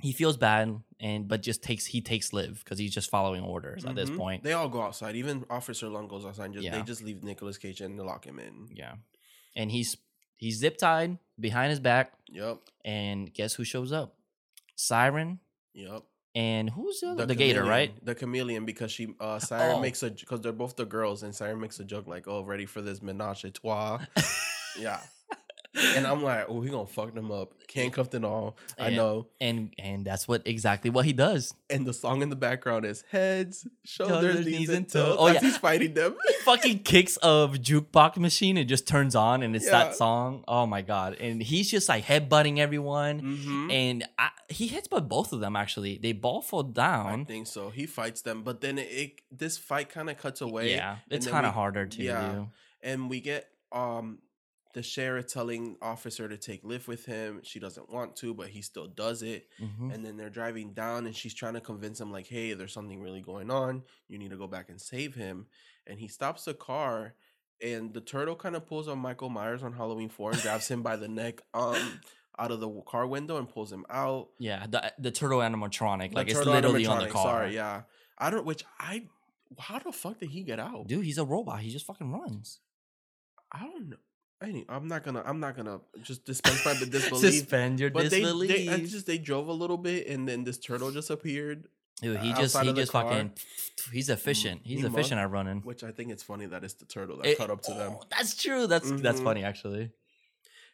[SPEAKER 3] he feels bad and but just takes he takes live because he's just following orders at this
[SPEAKER 4] Mhm.
[SPEAKER 3] point.
[SPEAKER 4] They all go outside. Even Officer Lung goes outside. And just,
[SPEAKER 3] Yeah.
[SPEAKER 4] They just leave Nicolas Cage and they lock him in.
[SPEAKER 3] yeah, and he's he's zip tied behind his back,
[SPEAKER 4] Yep.
[SPEAKER 3] and guess who shows up? Siren
[SPEAKER 4] Yep.
[SPEAKER 3] and who's the, other? the gator, right?
[SPEAKER 4] chameleon- The chameleon because she uh Siren
[SPEAKER 3] Oh.
[SPEAKER 4] makes a because they're both the girls and Siren makes a joke like, "Oh, ready for this menage a trois." yeah. And I'm like, "Oh, he going to fuck them up. Handcuffed and all." I
[SPEAKER 3] Yeah.
[SPEAKER 4] know.
[SPEAKER 3] and and that's what exactly what he does.
[SPEAKER 4] And the song in the background is heads, shoulders, knees, and toes.
[SPEAKER 3] Oh,
[SPEAKER 4] as
[SPEAKER 3] yeah.
[SPEAKER 4] he's fighting them.
[SPEAKER 3] fucking kicks of jukebox machine it just turns on and it's
[SPEAKER 4] Yeah.
[SPEAKER 3] that song oh my god and he's just like headbutting everyone
[SPEAKER 4] Mhm.
[SPEAKER 3] and I, he hits but both of them actually they both fall
[SPEAKER 4] I
[SPEAKER 3] down
[SPEAKER 4] think so. He fights them, but then it, it this fight kind of cuts away.
[SPEAKER 3] yeah it's
[SPEAKER 4] then
[SPEAKER 3] kind of
[SPEAKER 4] we-
[SPEAKER 3] harder to
[SPEAKER 4] yeah.
[SPEAKER 3] do
[SPEAKER 4] and we get um the sheriff telling officer to take lift with him she doesn't want to but he still does it
[SPEAKER 3] Mhm.
[SPEAKER 4] and then they're driving down and she's trying to convince him like hey there's something really going on you need to go back and save him and he stops the car and the turtle kind of pulls on michael myers on halloween 4 and grabs him by the neck um out of the w- car window and pulls him out
[SPEAKER 3] yeah the, the turtle animatronic
[SPEAKER 4] The
[SPEAKER 3] like it's
[SPEAKER 4] turtle
[SPEAKER 3] literally on the
[SPEAKER 4] animatronic,
[SPEAKER 3] car
[SPEAKER 4] sorry yeah i don't which i how the fuck did he get out
[SPEAKER 3] dude he's a robot he just fucking runs
[SPEAKER 4] I don't know. Any, I'm not gonna. I'm not gonna just dispense my disbelief.
[SPEAKER 3] suspend your
[SPEAKER 4] But they,
[SPEAKER 3] disbelief
[SPEAKER 4] they, I just they drove a little bit, and then this turtle just appeared,
[SPEAKER 3] dude he
[SPEAKER 4] uh,
[SPEAKER 3] just
[SPEAKER 4] outside
[SPEAKER 3] he
[SPEAKER 4] of the
[SPEAKER 3] just
[SPEAKER 4] car. Mm-hmm.
[SPEAKER 3] fucking he's efficient he's
[SPEAKER 4] he
[SPEAKER 3] efficient at running
[SPEAKER 4] which I think it's funny that it's the turtle that
[SPEAKER 3] It-
[SPEAKER 4] caught up to them.
[SPEAKER 3] oh, that's true that's that's
[SPEAKER 4] Mhm.
[SPEAKER 3] funny actually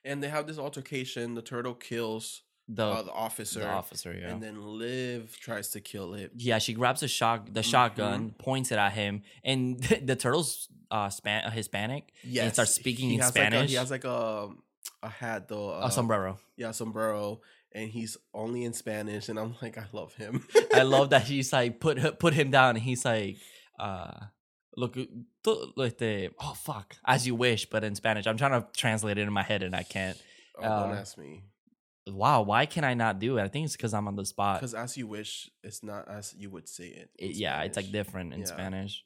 [SPEAKER 4] And they have this altercation. The turtle kills
[SPEAKER 3] the,
[SPEAKER 4] uh, the officer,
[SPEAKER 3] Oh, the officer yeah
[SPEAKER 4] and then Liv tries to kill it.
[SPEAKER 3] yeah, she grabs a shot, the shotgun,
[SPEAKER 4] Mm-hmm.
[SPEAKER 3] points it at him, and the, turtle's uh, span, Hispanic,
[SPEAKER 4] Yes,
[SPEAKER 3] starts speaking
[SPEAKER 4] he
[SPEAKER 3] in
[SPEAKER 4] has Like a,
[SPEAKER 3] Spanish.
[SPEAKER 4] he has like a a hat though. uh,
[SPEAKER 3] a sombrero.
[SPEAKER 4] Yeah, sombrero, and he's only in Spanish. And I'm like, I love him. Oh,
[SPEAKER 3] I love that he's like put her- put him down, and he's like, uh, "Look, tú- este, oh fuck, as you wish," but in Spanish. I'm trying to translate it in my head, and I can't.
[SPEAKER 4] Oh, don't
[SPEAKER 3] Uh,
[SPEAKER 4] ask me.
[SPEAKER 3] Wow, why can I not do it? I think it's because I'm on the spot.
[SPEAKER 4] Because as you wish, it's not as you would say it. in
[SPEAKER 3] It- Eh, yeah, it's like
[SPEAKER 4] Spanish.
[SPEAKER 3] different in
[SPEAKER 4] Yeah.
[SPEAKER 3] Spanish.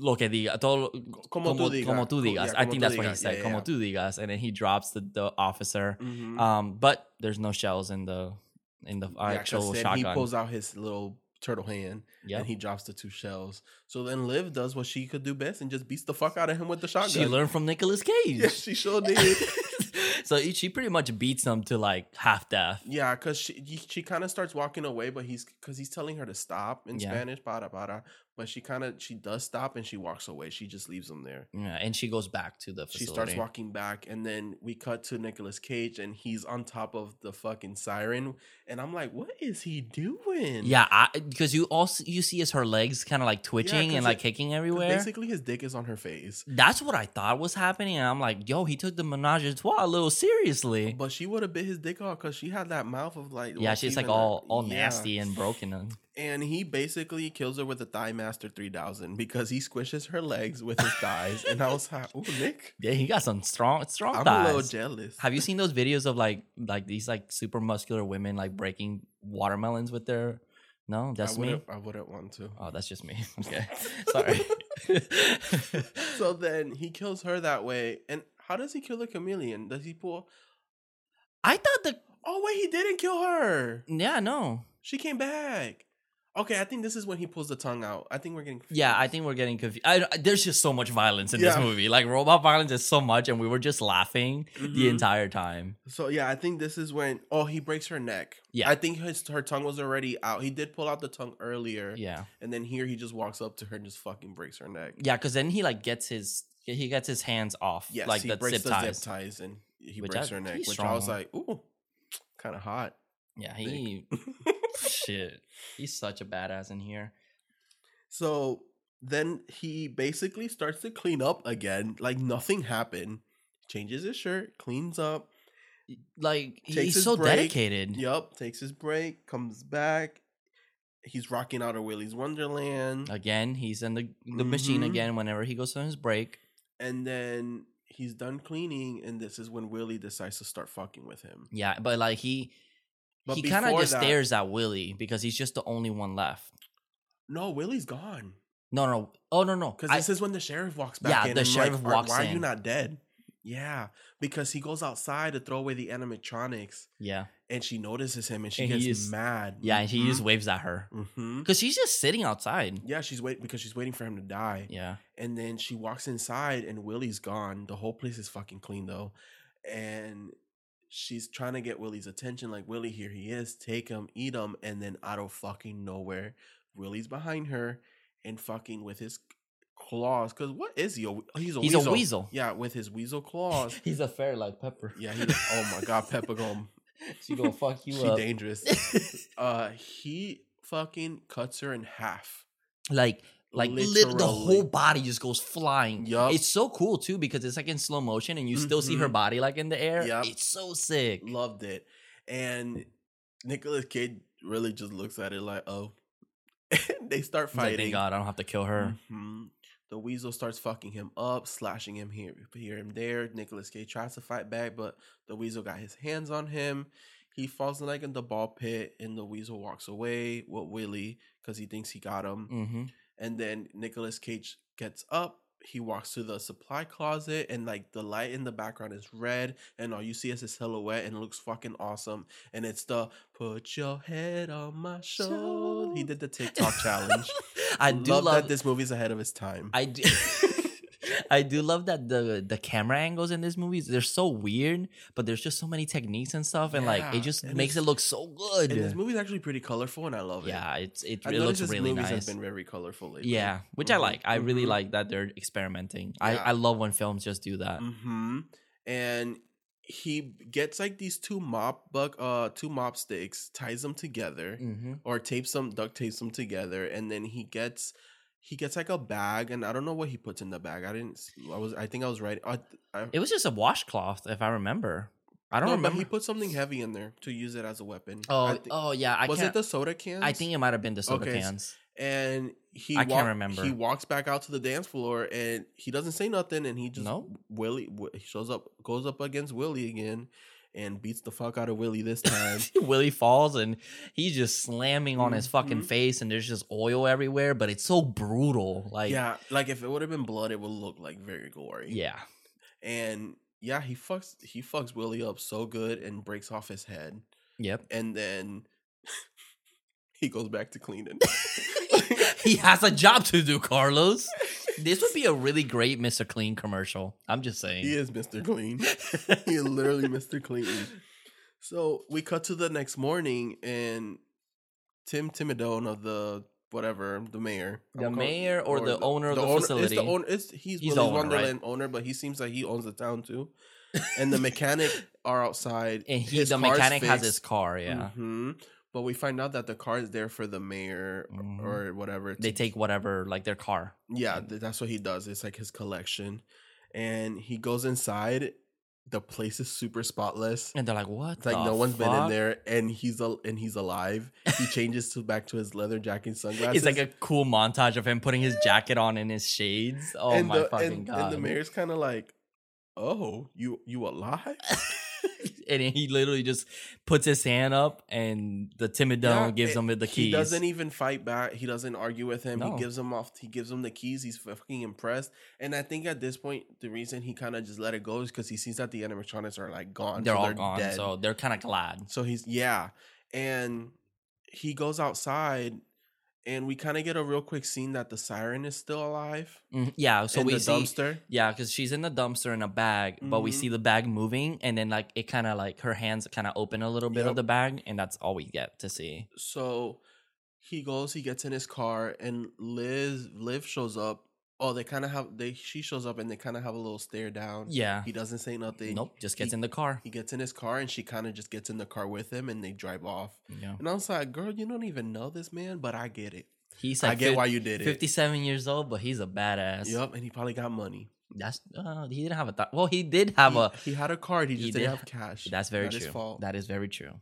[SPEAKER 3] Lo que diga, todo lo-
[SPEAKER 4] como tú digas.
[SPEAKER 3] como tú
[SPEAKER 4] Co- yeah,
[SPEAKER 3] digas. I
[SPEAKER 4] como
[SPEAKER 3] think
[SPEAKER 4] tú
[SPEAKER 3] that's what he
[SPEAKER 4] digas.
[SPEAKER 3] said.
[SPEAKER 4] Yeah,
[SPEAKER 3] como
[SPEAKER 4] yeah.
[SPEAKER 3] tú Uh, digas, and then he drops the, the officer.
[SPEAKER 4] Mhm.
[SPEAKER 3] Um, but there's no shells in the in the
[SPEAKER 4] Mm, Yeah, 'cause
[SPEAKER 3] actual
[SPEAKER 4] then
[SPEAKER 3] shotgun.
[SPEAKER 4] He pulls out his little turtle hand,
[SPEAKER 3] Yeah.
[SPEAKER 4] and he drops the two shells. So then Liv does what she could do best and just beats the fuck out of him with the shotgun.
[SPEAKER 3] She learned from Nicolas Cage.
[SPEAKER 4] Yeah, she sure did.
[SPEAKER 3] so he- she pretty much beats him to like half death.
[SPEAKER 4] yeah, because she he- she kind of starts walking away, but he's because he's telling her to stop in
[SPEAKER 3] Yeah.
[SPEAKER 4] Spanish, para para. But she kind of she does stop and she walks away. She just leaves him there.
[SPEAKER 3] Yeah, and she goes back to the facility.
[SPEAKER 4] She starts walking back, and then we cut to Nicolas Cage, and he's on top of the fucking siren. And I'm like, what is he doing?
[SPEAKER 3] Yeah, because you also you see is her legs kind of like twitching
[SPEAKER 4] 'cause
[SPEAKER 3] and like
[SPEAKER 4] it-
[SPEAKER 3] kicking
[SPEAKER 4] 'Cause
[SPEAKER 3] everywhere.
[SPEAKER 4] Basically, his dick is on her face.
[SPEAKER 3] That's what I thought was happening. And I'm like, yo, he took the menage a trois a little seriously.
[SPEAKER 4] Oh, But she would have bit his dick off because she had that mouth of like.
[SPEAKER 3] yeah,
[SPEAKER 4] well,
[SPEAKER 3] she's like
[SPEAKER 4] even, uh,
[SPEAKER 3] all all
[SPEAKER 4] yeah.
[SPEAKER 3] nasty and broken. And
[SPEAKER 4] And he basically kills her with a Thigh Master 3000 because he squishes her legs with his thighs. And I was like, oh, Nick,
[SPEAKER 3] yeah, he got some strong strong
[SPEAKER 4] I'm a little
[SPEAKER 3] thighs.
[SPEAKER 4] jealous.
[SPEAKER 3] Have you seen those videos of like like these like super muscular women like breaking watermelons with their? No,
[SPEAKER 4] I
[SPEAKER 3] that's me.
[SPEAKER 4] wouldn't- I wouldn't want to.
[SPEAKER 3] Oh, that's just me. Okay, sorry.
[SPEAKER 4] so then he kills her that way. And how does he kill the chameleon? Does he pull.
[SPEAKER 3] I thought the
[SPEAKER 4] Oh, wait, he didn't kill her.
[SPEAKER 3] yeah no
[SPEAKER 4] She came back. Okay, I think this is when he pulls the tongue out. I think we're getting.
[SPEAKER 3] yeah I think we're getting confused. I, I- there's just so much violence in this
[SPEAKER 4] Yeah.
[SPEAKER 3] movie. Like robot violence is so much, and we were just laughing the
[SPEAKER 4] Mhm.
[SPEAKER 3] entire time.
[SPEAKER 4] So yeah, I think this is when oh he breaks her neck.
[SPEAKER 3] Yeah.
[SPEAKER 4] I think his her tongue was already out. He did pull out the tongue earlier,
[SPEAKER 3] Yeah,
[SPEAKER 4] and then here he just walks up to her and just fucking breaks her neck.
[SPEAKER 3] yeah, because then he like gets his he gets his hands off
[SPEAKER 4] Yes,
[SPEAKER 3] like
[SPEAKER 4] he
[SPEAKER 3] the
[SPEAKER 4] breaks
[SPEAKER 3] zip
[SPEAKER 4] the
[SPEAKER 3] ties.
[SPEAKER 4] zip ties and he
[SPEAKER 3] Which
[SPEAKER 4] breaks
[SPEAKER 3] I-
[SPEAKER 4] her neck,
[SPEAKER 3] he's
[SPEAKER 4] which I was
[SPEAKER 3] strong.
[SPEAKER 4] like, ooh, kind of hot.
[SPEAKER 3] Yeah, he shit. He's such a badass in here.
[SPEAKER 4] So then he basically starts to clean up again, like nothing happened. Changes his shirt, cleans up.
[SPEAKER 3] Like
[SPEAKER 4] Takes
[SPEAKER 3] he's
[SPEAKER 4] his
[SPEAKER 3] so
[SPEAKER 4] break.
[SPEAKER 3] dedicated.
[SPEAKER 4] Yup, takes his break, comes back. He's rocking out of Willy's Wonderland.
[SPEAKER 3] Again, he's in the the machine
[SPEAKER 4] Mhm.
[SPEAKER 3] again whenever he goes on his break.
[SPEAKER 4] and then he's done cleaning, and this is when Willie decides to start fucking with him.
[SPEAKER 3] Yeah, but like he
[SPEAKER 4] But
[SPEAKER 3] he kind of
[SPEAKER 4] before
[SPEAKER 3] just
[SPEAKER 4] that-
[SPEAKER 3] stares at Willie because he's just the only one left.
[SPEAKER 4] No, Willie's gone
[SPEAKER 3] No, no, oh no, no,
[SPEAKER 4] because
[SPEAKER 3] I-
[SPEAKER 4] this is when the sheriff walks back.
[SPEAKER 3] Yeah,
[SPEAKER 4] in
[SPEAKER 3] the
[SPEAKER 4] and like,
[SPEAKER 3] sheriff
[SPEAKER 4] "Are-
[SPEAKER 3] walks
[SPEAKER 4] Why are you
[SPEAKER 3] in."
[SPEAKER 4] not dead? Yeah, because he goes outside to throw away the animatronics,
[SPEAKER 3] yeah,
[SPEAKER 4] and she notices him, and she
[SPEAKER 3] And he
[SPEAKER 4] gets
[SPEAKER 3] is-
[SPEAKER 4] mad.
[SPEAKER 3] yeah, and he just waves at her
[SPEAKER 4] hmm
[SPEAKER 3] because she's just sitting outside.
[SPEAKER 4] Yeah, she's waiting because she's waiting for him to die,
[SPEAKER 3] Yeah,
[SPEAKER 4] and then she walks inside, and Willie's gone. The whole place is fucking clean though, and she's trying to get Willie's attention. Like Willie, here he is. Take him, eat him, and then out of fucking nowhere, Willie's behind her and fucking with his claws. Cause what is he? A, we- he's a
[SPEAKER 3] He's a
[SPEAKER 4] weasel.
[SPEAKER 3] weasel.
[SPEAKER 4] Yeah, with his weasel claws.
[SPEAKER 3] he's a fair like Pepper.
[SPEAKER 4] yeah. He, oh my god, Peppa Gum.
[SPEAKER 3] she gonna fuck you
[SPEAKER 4] She
[SPEAKER 3] up.
[SPEAKER 4] dangerous. Uh, he fucking cuts her in half.
[SPEAKER 3] like like lit, the
[SPEAKER 4] Literally.
[SPEAKER 3] whole body just goes flying.
[SPEAKER 4] Yup.
[SPEAKER 3] It's so cool too because it's like in slow motion and you still see her
[SPEAKER 4] Mhm.
[SPEAKER 3] body like in the air.
[SPEAKER 4] Yup.
[SPEAKER 3] It's so sick.
[SPEAKER 4] Loved it. And Nicolas Cage really just looks at it like, oh. they start
[SPEAKER 3] He's like,
[SPEAKER 4] fighting.
[SPEAKER 3] Thank God I don't have to kill her.
[SPEAKER 4] Mhm. The weasel starts fucking him up, slashing him here, here and there. Nicholas Cage tries to fight back, but the weasel got his hands on him. He falls like in the ball pit, and the weasel walks away with Willie because he thinks he got him.
[SPEAKER 3] hmm
[SPEAKER 4] And then Nicolas Cage gets up. He walks to the supply closet, and like the light in the background is red, and all you see is his silhouette, and it looks fucking awesome. And it's the put your head on my shoulder. He did the TikTok challenge.
[SPEAKER 3] I do
[SPEAKER 4] love,
[SPEAKER 3] love,
[SPEAKER 4] that this movie's ahead of its time.
[SPEAKER 3] I do. I do love that the the camera angles in this movie they're so weird, but there's just so many techniques and stuff, and like
[SPEAKER 4] Yeah,
[SPEAKER 3] it just
[SPEAKER 4] and
[SPEAKER 3] makes it
[SPEAKER 4] it's-
[SPEAKER 3] look so good.
[SPEAKER 4] and this movie's actually pretty colorful, and I love it.
[SPEAKER 3] yeah, it's it,
[SPEAKER 4] I
[SPEAKER 3] it
[SPEAKER 4] noticed
[SPEAKER 3] looks
[SPEAKER 4] his
[SPEAKER 3] really
[SPEAKER 4] movies
[SPEAKER 3] nice.
[SPEAKER 4] have been very colorful lately.
[SPEAKER 3] Yeah, which I like. I really
[SPEAKER 4] Mhm.
[SPEAKER 3] like that they're experimenting. I
[SPEAKER 4] Yeah.
[SPEAKER 3] I love when films just do that.
[SPEAKER 4] Mm-hmm. And he gets like these two mop buck, uh, two mop sticks, ties them together.
[SPEAKER 3] hmm
[SPEAKER 4] or tapes them duct tapes them together and then he gets he gets like a bag and i don't know what he puts in the bag i didn't s- i was i think i was right i, I
[SPEAKER 3] It was just a washcloth, if I remember. I don't
[SPEAKER 4] no, Oh, but
[SPEAKER 3] remember.
[SPEAKER 4] he put something heavy in there to use it as a weapon
[SPEAKER 3] oh,
[SPEAKER 4] I thi-
[SPEAKER 3] oh yeah. I
[SPEAKER 4] was
[SPEAKER 3] can't,
[SPEAKER 4] it the soda can
[SPEAKER 3] I think it might have been the soda
[SPEAKER 4] Okay, s-
[SPEAKER 3] cans.
[SPEAKER 4] and he
[SPEAKER 3] I can't
[SPEAKER 4] walk-
[SPEAKER 3] remember.
[SPEAKER 4] he walks back out to the dance floor and he doesn't say nothing and he just
[SPEAKER 3] No?
[SPEAKER 4] willie he shows up goes up against willie again and beats the fuck out of willie this time
[SPEAKER 3] Willie falls and he's just slamming on his fucking
[SPEAKER 4] Mm-hmm.
[SPEAKER 3] face, and there's just oil everywhere. But it's so brutal. Like
[SPEAKER 4] yeah like if it would have been blood it would look like very gory
[SPEAKER 3] yeah.
[SPEAKER 4] and yeah, he fucks he fucks Willie up so good and breaks off his head,
[SPEAKER 3] Yep.
[SPEAKER 4] and then he goes back to cleaning.
[SPEAKER 3] he has a job to do, Carlos. This would be a really great Mr. Clean commercial. I'm just saying.
[SPEAKER 4] He is Mr. Clean. he is literally Mr. Clean. So we cut to the next morning, and Tim Timidone of the whatever the mayor,
[SPEAKER 3] The
[SPEAKER 4] I'm calling-
[SPEAKER 3] mayor or the owner of the
[SPEAKER 4] It's
[SPEAKER 3] facility?
[SPEAKER 4] the owner. It's he's,
[SPEAKER 3] He's
[SPEAKER 4] he's
[SPEAKER 3] the owner, right?
[SPEAKER 4] Wonderland owner, but he seems like he owns the town too. And the mechanic are outside,
[SPEAKER 3] and he,
[SPEAKER 4] His
[SPEAKER 3] the
[SPEAKER 4] car's
[SPEAKER 3] mechanic has
[SPEAKER 4] fixed.
[SPEAKER 3] his car. Yeah,
[SPEAKER 4] Mhm. But we find out that the car is there for the mayor or-
[SPEAKER 3] Mhm.
[SPEAKER 4] Mm-hmm. or whatever.
[SPEAKER 3] they
[SPEAKER 4] to-
[SPEAKER 3] take whatever, like their car.
[SPEAKER 4] Yeah, th- that's what he does. It's like his collection. And he goes inside. The place is super spotless.
[SPEAKER 3] And they're like, "What?
[SPEAKER 4] It's like
[SPEAKER 3] the
[SPEAKER 4] no one's been in
[SPEAKER 3] fuck?
[SPEAKER 4] there and he's al- and he's alive. He changes to back to his leather jacket and sunglasses.
[SPEAKER 3] It's like a cool montage of him putting his jacket on and his shades. Oh
[SPEAKER 4] and
[SPEAKER 3] my
[SPEAKER 4] the,
[SPEAKER 3] fucking
[SPEAKER 4] and,
[SPEAKER 3] god!
[SPEAKER 4] and the mayor's kind of like, "Oh, you you alive?"
[SPEAKER 3] and he literally just puts his hand up, and the timid
[SPEAKER 4] Yeah,
[SPEAKER 3] dog gives
[SPEAKER 4] it-
[SPEAKER 3] him the keys.
[SPEAKER 4] e- He doesn't even fight back. He doesn't argue with him.
[SPEAKER 3] No.
[SPEAKER 4] He gives him off. He gives him the keys. He's fucking impressed. And I think at this point, the reason he kind of just let it go is because he sees that the animatronics are like gone.
[SPEAKER 3] they're
[SPEAKER 4] so
[SPEAKER 3] all gone,
[SPEAKER 4] dead.
[SPEAKER 3] so they're kind of glad.
[SPEAKER 4] So he's yeah, and he goes outside, and we kind of get a real quick scene that the siren is still alive.
[SPEAKER 3] Mhm, Yeah, so
[SPEAKER 4] in
[SPEAKER 3] we
[SPEAKER 4] the
[SPEAKER 3] see.
[SPEAKER 4] dumpster.
[SPEAKER 3] Yeah, because she's in the dumpster in a bag, but we
[SPEAKER 4] Mhm.
[SPEAKER 3] see the bag moving, and then like it kind of like her hands kind of open a little bit of
[SPEAKER 4] Yep.
[SPEAKER 3] the bag, and that's all we get to see.
[SPEAKER 4] So he goes, he gets in his car, and Liz Liv shows up. Oh, they kind of have they she shows up and they kind of have a little stare down.
[SPEAKER 3] Yeah,
[SPEAKER 4] He doesn't say nothing.
[SPEAKER 3] nope, just gets
[SPEAKER 4] he-
[SPEAKER 3] in the car.
[SPEAKER 4] He gets in his car and she kind of just gets in the car with him and they drive off.
[SPEAKER 3] yeah,
[SPEAKER 4] And I was like, girl, you don't even know this man, but I get it.
[SPEAKER 3] he's like
[SPEAKER 4] I get
[SPEAKER 3] fif-
[SPEAKER 4] why you did it.
[SPEAKER 3] 57 years old, but he's a badass.
[SPEAKER 4] Yep, and he probably got money.
[SPEAKER 3] That's uh, he didn't have a thought. Well, he did have
[SPEAKER 4] he,
[SPEAKER 3] a.
[SPEAKER 4] he had a card, he
[SPEAKER 3] he
[SPEAKER 4] just
[SPEAKER 3] did
[SPEAKER 4] didn't have
[SPEAKER 3] ha-
[SPEAKER 4] cash.
[SPEAKER 3] That's very
[SPEAKER 4] Not
[SPEAKER 3] true.
[SPEAKER 4] his fault.
[SPEAKER 3] That is very true.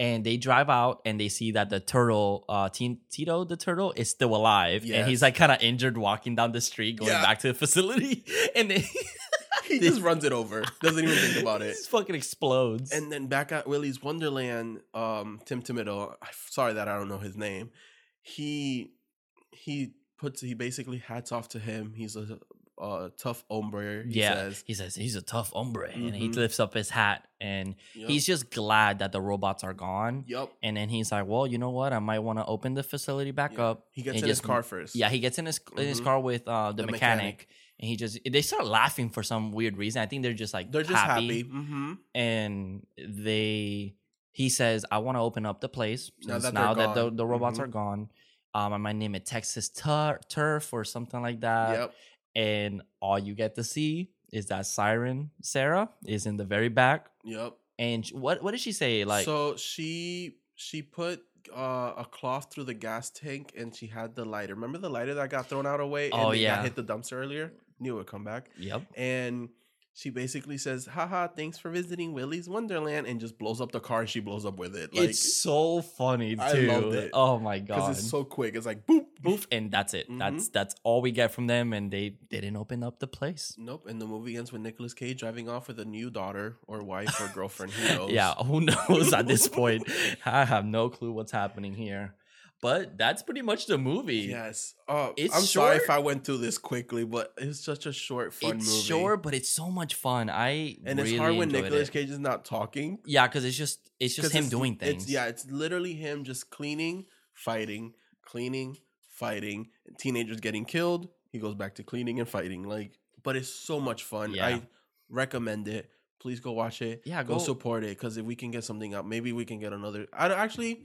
[SPEAKER 3] And they drive out and they see that the turtle, uh, Teen- Tito the turtle, is still alive, and he's
[SPEAKER 4] Yes.
[SPEAKER 3] like kind of injured, walking down the street, going
[SPEAKER 4] Yeah.
[SPEAKER 3] back to the facility, and then
[SPEAKER 4] he just runs it over. Doesn't even think about
[SPEAKER 3] He
[SPEAKER 4] it.
[SPEAKER 3] just fucking explodes.
[SPEAKER 4] And then back at Willy's Wonderland, um, Tim Timido, I'm sorry that I don't know his name. He he puts he basically hats off to him. He's a, a tough hombre. He
[SPEAKER 3] yeah,
[SPEAKER 4] says.
[SPEAKER 3] he says he's a tough hombre, and he
[SPEAKER 4] Mhm.
[SPEAKER 3] lifts up his hat, and
[SPEAKER 4] Yup,
[SPEAKER 3] he's just glad that the robots are gone.
[SPEAKER 4] yup.
[SPEAKER 3] And then he's like, "Well, you know what? I might want to open the facility back
[SPEAKER 4] Yeah.
[SPEAKER 3] up."
[SPEAKER 4] He gets
[SPEAKER 3] and
[SPEAKER 4] in his
[SPEAKER 3] just-
[SPEAKER 4] car first.
[SPEAKER 3] Yeah, he gets in his in his
[SPEAKER 4] Mhm.
[SPEAKER 3] car with uh, the,
[SPEAKER 4] The
[SPEAKER 3] mechanic,
[SPEAKER 4] mechanic.
[SPEAKER 3] and he just they start laughing for some weird reason. I think they're just like
[SPEAKER 4] they're just happy. hmm
[SPEAKER 3] and they he says, "I want to open up the place
[SPEAKER 4] Now
[SPEAKER 3] since
[SPEAKER 4] that they're
[SPEAKER 3] now that the,
[SPEAKER 4] gone.
[SPEAKER 3] the robots
[SPEAKER 4] Mhm.
[SPEAKER 3] are gone. Um, I might name it Texas Tur- Turf or something like that."
[SPEAKER 4] yep.
[SPEAKER 3] And all you get to see is that Siren Sarah is in the very back,
[SPEAKER 4] Yep.
[SPEAKER 3] and sh- what what did she say? Like,
[SPEAKER 4] so she she put uh, a cloth through the gas tank and she had the lighter. Remember the lighter that got thrown out away and
[SPEAKER 3] Oh,
[SPEAKER 4] they
[SPEAKER 3] yeah.
[SPEAKER 4] got hit the dumpster earlier? Knew it would come back.
[SPEAKER 3] yep,
[SPEAKER 4] and she basically says, haha, thanks for visiting Willy's Wonderland, and just blows up the car and she blows up with it. Like,
[SPEAKER 3] it's so funny too.
[SPEAKER 4] I loved it.
[SPEAKER 3] Oh my god,
[SPEAKER 4] because it's so quick. It's like, boop, boop.
[SPEAKER 3] Boof, and that's it.
[SPEAKER 4] Mm-hmm.
[SPEAKER 3] That's that's all we get from them, and they, they didn't open up the place.
[SPEAKER 4] Nope. And the movie ends with Nicolas Cage driving off with a new daughter or wife or girlfriend. Who knows?
[SPEAKER 3] Yeah, who knows at this point? I have no clue what's happening here, but that's pretty much the movie.
[SPEAKER 4] Yes. Uh,
[SPEAKER 3] It's
[SPEAKER 4] I'm sorry if
[SPEAKER 3] short.
[SPEAKER 4] I went through this quickly, but it's such a short, fun
[SPEAKER 3] it's
[SPEAKER 4] movie.
[SPEAKER 3] short, but it's so much fun. I
[SPEAKER 4] And
[SPEAKER 3] really
[SPEAKER 4] it's hard when
[SPEAKER 3] enjoyed
[SPEAKER 4] Nicolas
[SPEAKER 3] it.
[SPEAKER 4] Cage is not talking.
[SPEAKER 3] Yeah, because it's just it's just
[SPEAKER 4] 'cause
[SPEAKER 3] him
[SPEAKER 4] it's-
[SPEAKER 3] doing
[SPEAKER 4] it's-
[SPEAKER 3] things.
[SPEAKER 4] yeah, it's literally him just cleaning, fighting, cleaning, fighting. Teenagers getting killed. He goes back to cleaning and fighting. Like, but it's so much fun.
[SPEAKER 3] Yeah.
[SPEAKER 4] I recommend it. Please go watch it.
[SPEAKER 3] Yeah,
[SPEAKER 4] go,
[SPEAKER 3] go-
[SPEAKER 4] support it because if we can get something up, maybe we can get another. I don't, actually,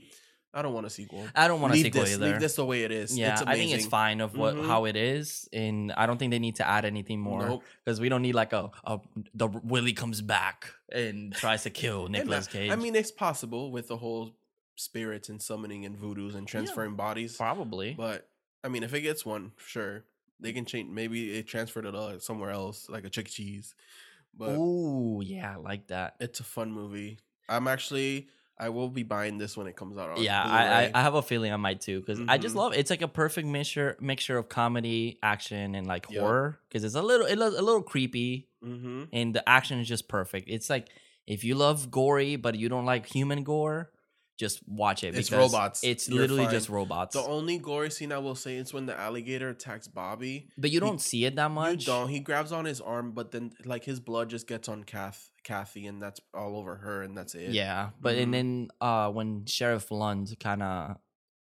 [SPEAKER 4] I don't want a sequel.
[SPEAKER 3] I don't want to
[SPEAKER 4] leave
[SPEAKER 3] sequel
[SPEAKER 4] this,
[SPEAKER 3] either.
[SPEAKER 4] Leave this the way it is.
[SPEAKER 3] yeah,
[SPEAKER 4] it's
[SPEAKER 3] I
[SPEAKER 4] amazing.
[SPEAKER 3] think it's fine of what
[SPEAKER 4] Mhm.
[SPEAKER 3] how it is, and I don't think they need to add anything more
[SPEAKER 4] Nope.
[SPEAKER 3] because we don't need like a, a the Willie comes back and tries to kill
[SPEAKER 4] And
[SPEAKER 3] Nicolas
[SPEAKER 4] I-
[SPEAKER 3] Cage.
[SPEAKER 4] I mean, it's possible with the whole spirits and summoning and voodoos and transferring bodies.
[SPEAKER 3] probably.
[SPEAKER 4] But I mean, if it gets one, sure, they can change. Maybe they transferred it uh, somewhere else, like a Chick Cheese. But
[SPEAKER 3] Ooh, yeah, I like that.
[SPEAKER 4] it's a fun movie. I'm actually, I will be buying this when it comes out. On
[SPEAKER 3] Yeah, I, I
[SPEAKER 4] Blu-ray.
[SPEAKER 3] I have a feeling I might too because I just
[SPEAKER 4] Mhm.
[SPEAKER 3] love it's like a perfect mixture mixture of comedy, action, and like
[SPEAKER 4] Yep.
[SPEAKER 3] horror because it's a little it looks a little creepy
[SPEAKER 4] Mhm.
[SPEAKER 3] and the action is just perfect. It's like if you love gory but you don't like human gore, just watch it.
[SPEAKER 4] It's
[SPEAKER 3] because
[SPEAKER 4] robots.
[SPEAKER 3] It's
[SPEAKER 4] You're
[SPEAKER 3] literally
[SPEAKER 4] fine.
[SPEAKER 3] just robots.
[SPEAKER 4] The only gory scene I will say is when the alligator attacks Bobby.
[SPEAKER 3] but you don't see it that
[SPEAKER 4] You
[SPEAKER 3] much.
[SPEAKER 4] don't. He grabs on his arm, but then like his blood just gets on Kath, Kathy, and that's all over her, and that's it.
[SPEAKER 3] Yeah, but
[SPEAKER 4] Mhm.
[SPEAKER 3] and then uh when Sheriff Lund kind of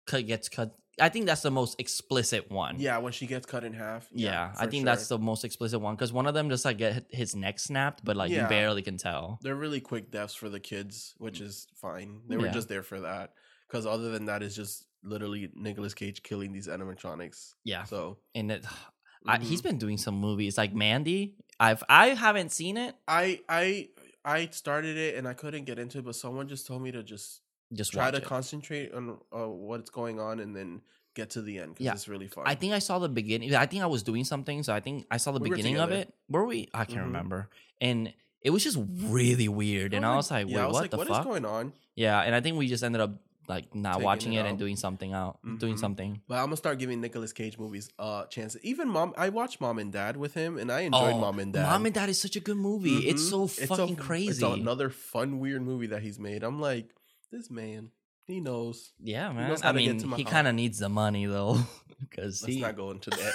[SPEAKER 3] cut gets cut. I think that's the most explicit one.
[SPEAKER 4] Yeah, when she gets cut in half.
[SPEAKER 3] Yeah, I
[SPEAKER 4] for
[SPEAKER 3] think
[SPEAKER 4] sure.
[SPEAKER 3] that's the most explicit one because one of them just like get hit- his neck snapped, but like
[SPEAKER 4] Yeah.
[SPEAKER 3] you barely can tell.
[SPEAKER 4] They're really quick deaths for the kids, which is fine. They were
[SPEAKER 3] Yeah.
[SPEAKER 4] just there for that. Because other than that, it's just literally Nicolas Cage killing these animatronics.
[SPEAKER 3] Yeah,
[SPEAKER 4] So
[SPEAKER 3] and it, I, he's
[SPEAKER 4] mhm.
[SPEAKER 3] been doing some movies like Mandy. I've I haven't seen it.
[SPEAKER 4] I I I started it and I couldn't get into it, but someone just told me to just
[SPEAKER 3] Just
[SPEAKER 4] try
[SPEAKER 3] watch
[SPEAKER 4] to
[SPEAKER 3] it.
[SPEAKER 4] concentrate on uh, what's going on and then get to the end because
[SPEAKER 3] Yeah,
[SPEAKER 4] it's really fun.
[SPEAKER 3] I think I saw the beginning. I think I was doing something, so I think I saw the
[SPEAKER 4] um We were
[SPEAKER 3] beginning of
[SPEAKER 4] together.
[SPEAKER 3] it. Were we? I can't
[SPEAKER 4] Mhm.
[SPEAKER 3] remember. And it was just really weird. and I was like, wait,
[SPEAKER 4] yeah, I was
[SPEAKER 3] what
[SPEAKER 4] like,
[SPEAKER 3] the
[SPEAKER 4] what is
[SPEAKER 3] fuck?
[SPEAKER 4] going on?
[SPEAKER 3] yeah, and I think we just ended up like not
[SPEAKER 4] Taking
[SPEAKER 3] watching
[SPEAKER 4] it
[SPEAKER 3] it, and
[SPEAKER 4] out.
[SPEAKER 3] doing something out, doing
[SPEAKER 4] Mhm.
[SPEAKER 3] something.
[SPEAKER 4] But I'm gonna start giving Nicolas Cage movies uh chances. Even mom, I watched Mom and Dad with him, and I enjoyed
[SPEAKER 3] Oh,
[SPEAKER 4] Mom and Dad.
[SPEAKER 3] Mom and Dad is such a good movie. It's
[SPEAKER 4] Mhm.
[SPEAKER 3] so
[SPEAKER 4] a-
[SPEAKER 3] fucking crazy.
[SPEAKER 4] It's another fun, weird movie that he's made. I'm like, this man, he knows.
[SPEAKER 3] yeah,
[SPEAKER 4] He
[SPEAKER 3] man.
[SPEAKER 4] knows how
[SPEAKER 3] I
[SPEAKER 4] to get
[SPEAKER 3] mean,
[SPEAKER 4] to my
[SPEAKER 3] he
[SPEAKER 4] house.
[SPEAKER 3] kind of needs the money though, because
[SPEAKER 4] Let's
[SPEAKER 3] he
[SPEAKER 4] not go into that.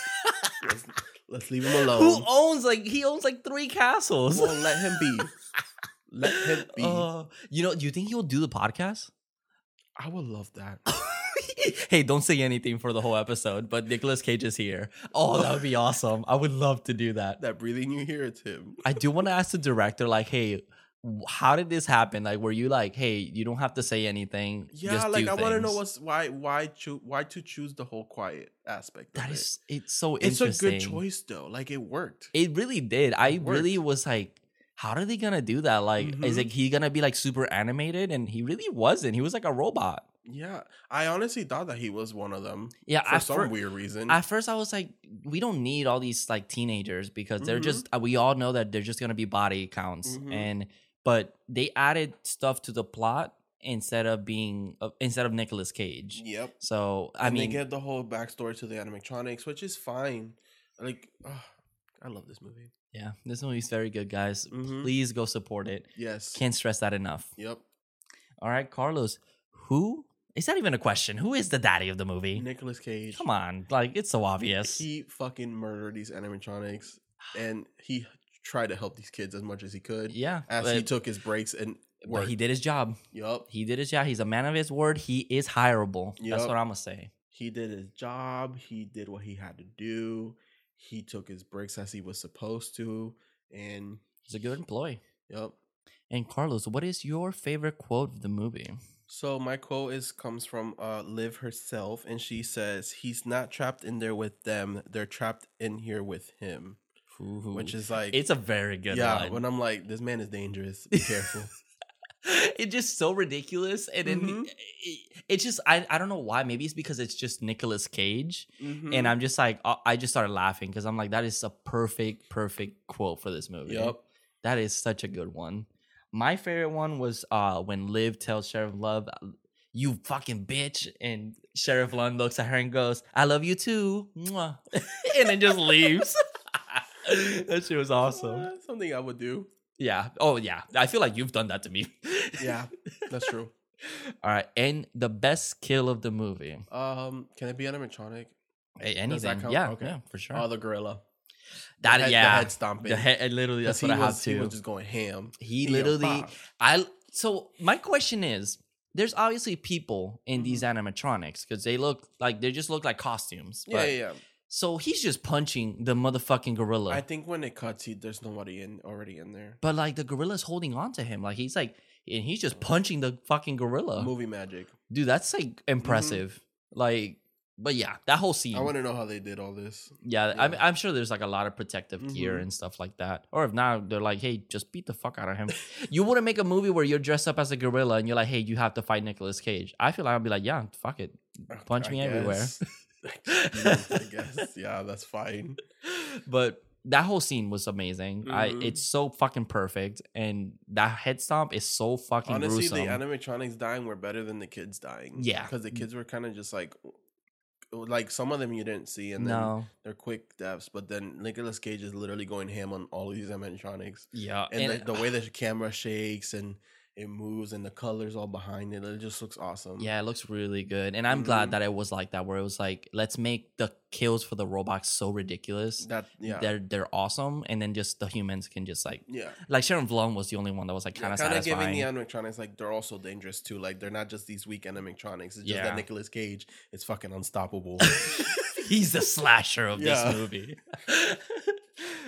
[SPEAKER 4] let's, let's leave him
[SPEAKER 3] who
[SPEAKER 4] alone.
[SPEAKER 3] owns like he owns like three castles.
[SPEAKER 4] Well, let him be. Let him be.
[SPEAKER 3] Uh, you know, do you think he'll do the podcast?
[SPEAKER 4] I would love that.
[SPEAKER 3] hey, don't say anything for the whole episode, but Nicolas Cage is here. Oh, that would be awesome. I would love to do that.
[SPEAKER 4] That breathing you hear, it's him.
[SPEAKER 3] I do want to ask the director, like, hey, w- how did this happen? Like, were you like, hey, you don't have to say anything?
[SPEAKER 4] Yeah,
[SPEAKER 3] just
[SPEAKER 4] like
[SPEAKER 3] do
[SPEAKER 4] I want to know
[SPEAKER 3] things."
[SPEAKER 4] what's why why cho- why to choose the whole quiet aspect.
[SPEAKER 3] that
[SPEAKER 4] of
[SPEAKER 3] is. It's so
[SPEAKER 4] It. It's a
[SPEAKER 3] interesting.
[SPEAKER 4] good choice though. Like it worked.
[SPEAKER 3] It really did. I
[SPEAKER 4] It
[SPEAKER 3] really was like, how are they gonna do that? Like, is
[SPEAKER 4] Mhm.
[SPEAKER 3] like he gonna be like super animated? And he really wasn't. He was like a robot.
[SPEAKER 4] yeah, I honestly thought that he was one of them
[SPEAKER 3] Yeah,
[SPEAKER 4] for
[SPEAKER 3] I
[SPEAKER 4] some
[SPEAKER 3] fir-
[SPEAKER 4] weird reason.
[SPEAKER 3] At first, I was like, we don't need all these like teenagers because they're
[SPEAKER 4] Mhm.
[SPEAKER 3] just uh, we all know that they're just gonna be body counts
[SPEAKER 4] Mhm.
[SPEAKER 3] and but they added stuff to the plot instead of being uh, instead of Nicolas Cage.
[SPEAKER 4] yep.
[SPEAKER 3] So I
[SPEAKER 4] and
[SPEAKER 3] mean,
[SPEAKER 4] they get the whole backstory to the animatronics, which is fine. Like, ugh, I love this movie.
[SPEAKER 3] yeah, this movie's very good, guys.
[SPEAKER 4] Mhm.
[SPEAKER 3] Please go support it.
[SPEAKER 4] Yes.
[SPEAKER 3] Can't stress that enough.
[SPEAKER 4] yep.
[SPEAKER 3] All right, Carlos, who is that even a question? Who is the daddy of the movie?
[SPEAKER 4] Nicolas Cage.
[SPEAKER 3] Come on, like it's so obvious.
[SPEAKER 4] He fucking murdered these animatronics, and he tried to help these kids as much as he could.
[SPEAKER 3] yeah,
[SPEAKER 4] As
[SPEAKER 3] but,
[SPEAKER 4] he took his breaks and
[SPEAKER 3] but
[SPEAKER 4] worked.
[SPEAKER 3] he did his job.
[SPEAKER 4] Yup.
[SPEAKER 3] He did his job. He's a man of his word. He is hireable. That's
[SPEAKER 4] Yup.
[SPEAKER 3] what I'm gonna say.
[SPEAKER 4] he did his job he did what he had to do he took his breaks as he was supposed to and
[SPEAKER 3] He's a good employee.
[SPEAKER 4] yep
[SPEAKER 3] And Carlos, what is your favorite quote of the movie?
[SPEAKER 4] so my quote is comes from uh liv herself and she says he's not trapped in there with them they're trapped in here with him which is like
[SPEAKER 3] it's a very good
[SPEAKER 4] yeah
[SPEAKER 3] line.
[SPEAKER 4] when i'm like this man is dangerous be careful
[SPEAKER 3] it's just so ridiculous, and then
[SPEAKER 4] Mhm.
[SPEAKER 3] it- it's just I I don't know why. Maybe it's because it's just Nicolas Cage,
[SPEAKER 4] Mm-hmm.
[SPEAKER 3] and I'm just like I I just started laughing because I'm like that is a perfect perfect quote for this movie.
[SPEAKER 4] yep
[SPEAKER 3] That is such a good one. My favorite one was uh when Liv tells Sheriff Love, "Uh, "You fucking bitch," and Sheriff Love looks at her and goes, "I love you too," Mwah. and then just leaves. that shit was awesome.
[SPEAKER 4] Uh, something i would do
[SPEAKER 3] Yeah. Oh yeah. I feel like you've done that to me.
[SPEAKER 4] yeah that's true
[SPEAKER 3] All right. And the best kill of the movie.
[SPEAKER 4] um can it be animatronic
[SPEAKER 3] Hey,
[SPEAKER 4] Does that
[SPEAKER 3] anything.
[SPEAKER 4] count?
[SPEAKER 3] Yeah.
[SPEAKER 4] Okay.
[SPEAKER 3] Yeah. For sure.
[SPEAKER 4] oh the gorilla The
[SPEAKER 3] that.
[SPEAKER 4] head- the
[SPEAKER 3] yeah.
[SPEAKER 4] head stomping
[SPEAKER 3] The head. Literally. That's
[SPEAKER 4] 'Cause
[SPEAKER 3] what I
[SPEAKER 4] he
[SPEAKER 3] have
[SPEAKER 4] was,
[SPEAKER 3] to.
[SPEAKER 4] he was just going ham
[SPEAKER 3] He
[SPEAKER 4] Bam,
[SPEAKER 3] literally,
[SPEAKER 4] bam.
[SPEAKER 3] I. So my question is, there's obviously people in these animatronics because they look like they just look like costumes.
[SPEAKER 4] Mm-hmm. Yeah,
[SPEAKER 3] but-
[SPEAKER 4] yeah, yeah.
[SPEAKER 3] So he's just punching the motherfucking gorilla,
[SPEAKER 4] I think when it cuts, he, there's nobody in already in there.
[SPEAKER 3] but like the gorilla's holding on to him, like he's like, and he's just
[SPEAKER 4] Mm-hmm.
[SPEAKER 3] punching the fucking gorilla.
[SPEAKER 4] Movie magic.
[SPEAKER 3] Dude, that's like impressive. Like, but yeah, that whole scene.
[SPEAKER 4] Mm-hmm. I want to know how they did all this.
[SPEAKER 3] yeah, I'm,
[SPEAKER 4] yeah.
[SPEAKER 3] I'm sure there's like a lot of protective gear
[SPEAKER 4] Mhm.
[SPEAKER 3] and stuff like that. Or if not, they're like, hey, just beat the fuck out of him. you wouldn't make a movie where you're dressed up as a gorilla and you're like, hey, you have to fight Nicolas Cage. I feel like I'd be like, yeah, fuck it. Punch me everywhere.
[SPEAKER 4] everywhere. I guess. Yeah, that's fine.
[SPEAKER 3] But that whole scene was amazing. I
[SPEAKER 4] Mhm.
[SPEAKER 3] it's so fucking perfect, and that head stomp is so fucking
[SPEAKER 4] Honestly,
[SPEAKER 3] gruesome.
[SPEAKER 4] the animatronics dying were better than the kids dying.
[SPEAKER 3] Yeah. Mm.
[SPEAKER 4] because the kids were kind of just like, like some of them you didn't see, and then
[SPEAKER 3] no,
[SPEAKER 4] they're quick deaths. But then Nicolas Cage is literally going ham on all of these animatronics,
[SPEAKER 3] yeah,
[SPEAKER 4] and, the, the way the camera shakes and it moves and the colors all behind it. It just looks awesome.
[SPEAKER 3] Yeah, it looks really good. And I'm
[SPEAKER 4] Mm-hmm.
[SPEAKER 3] glad that it was like that, where it was like, let's make the kills for the robots so ridiculous.
[SPEAKER 4] that yeah
[SPEAKER 3] They're they're awesome. And then just the humans can just like
[SPEAKER 4] yeah.
[SPEAKER 3] like Sharon Vlon was the only one that was like kind of
[SPEAKER 4] kind of
[SPEAKER 3] satisfying.
[SPEAKER 4] giving the animatronics like they're also dangerous too. Like they're not just these weak animatronics. It's just
[SPEAKER 3] Yeah.
[SPEAKER 4] that Nicolas Cage is fucking unstoppable.
[SPEAKER 3] He's the slasher of
[SPEAKER 4] Yeah.
[SPEAKER 3] this movie.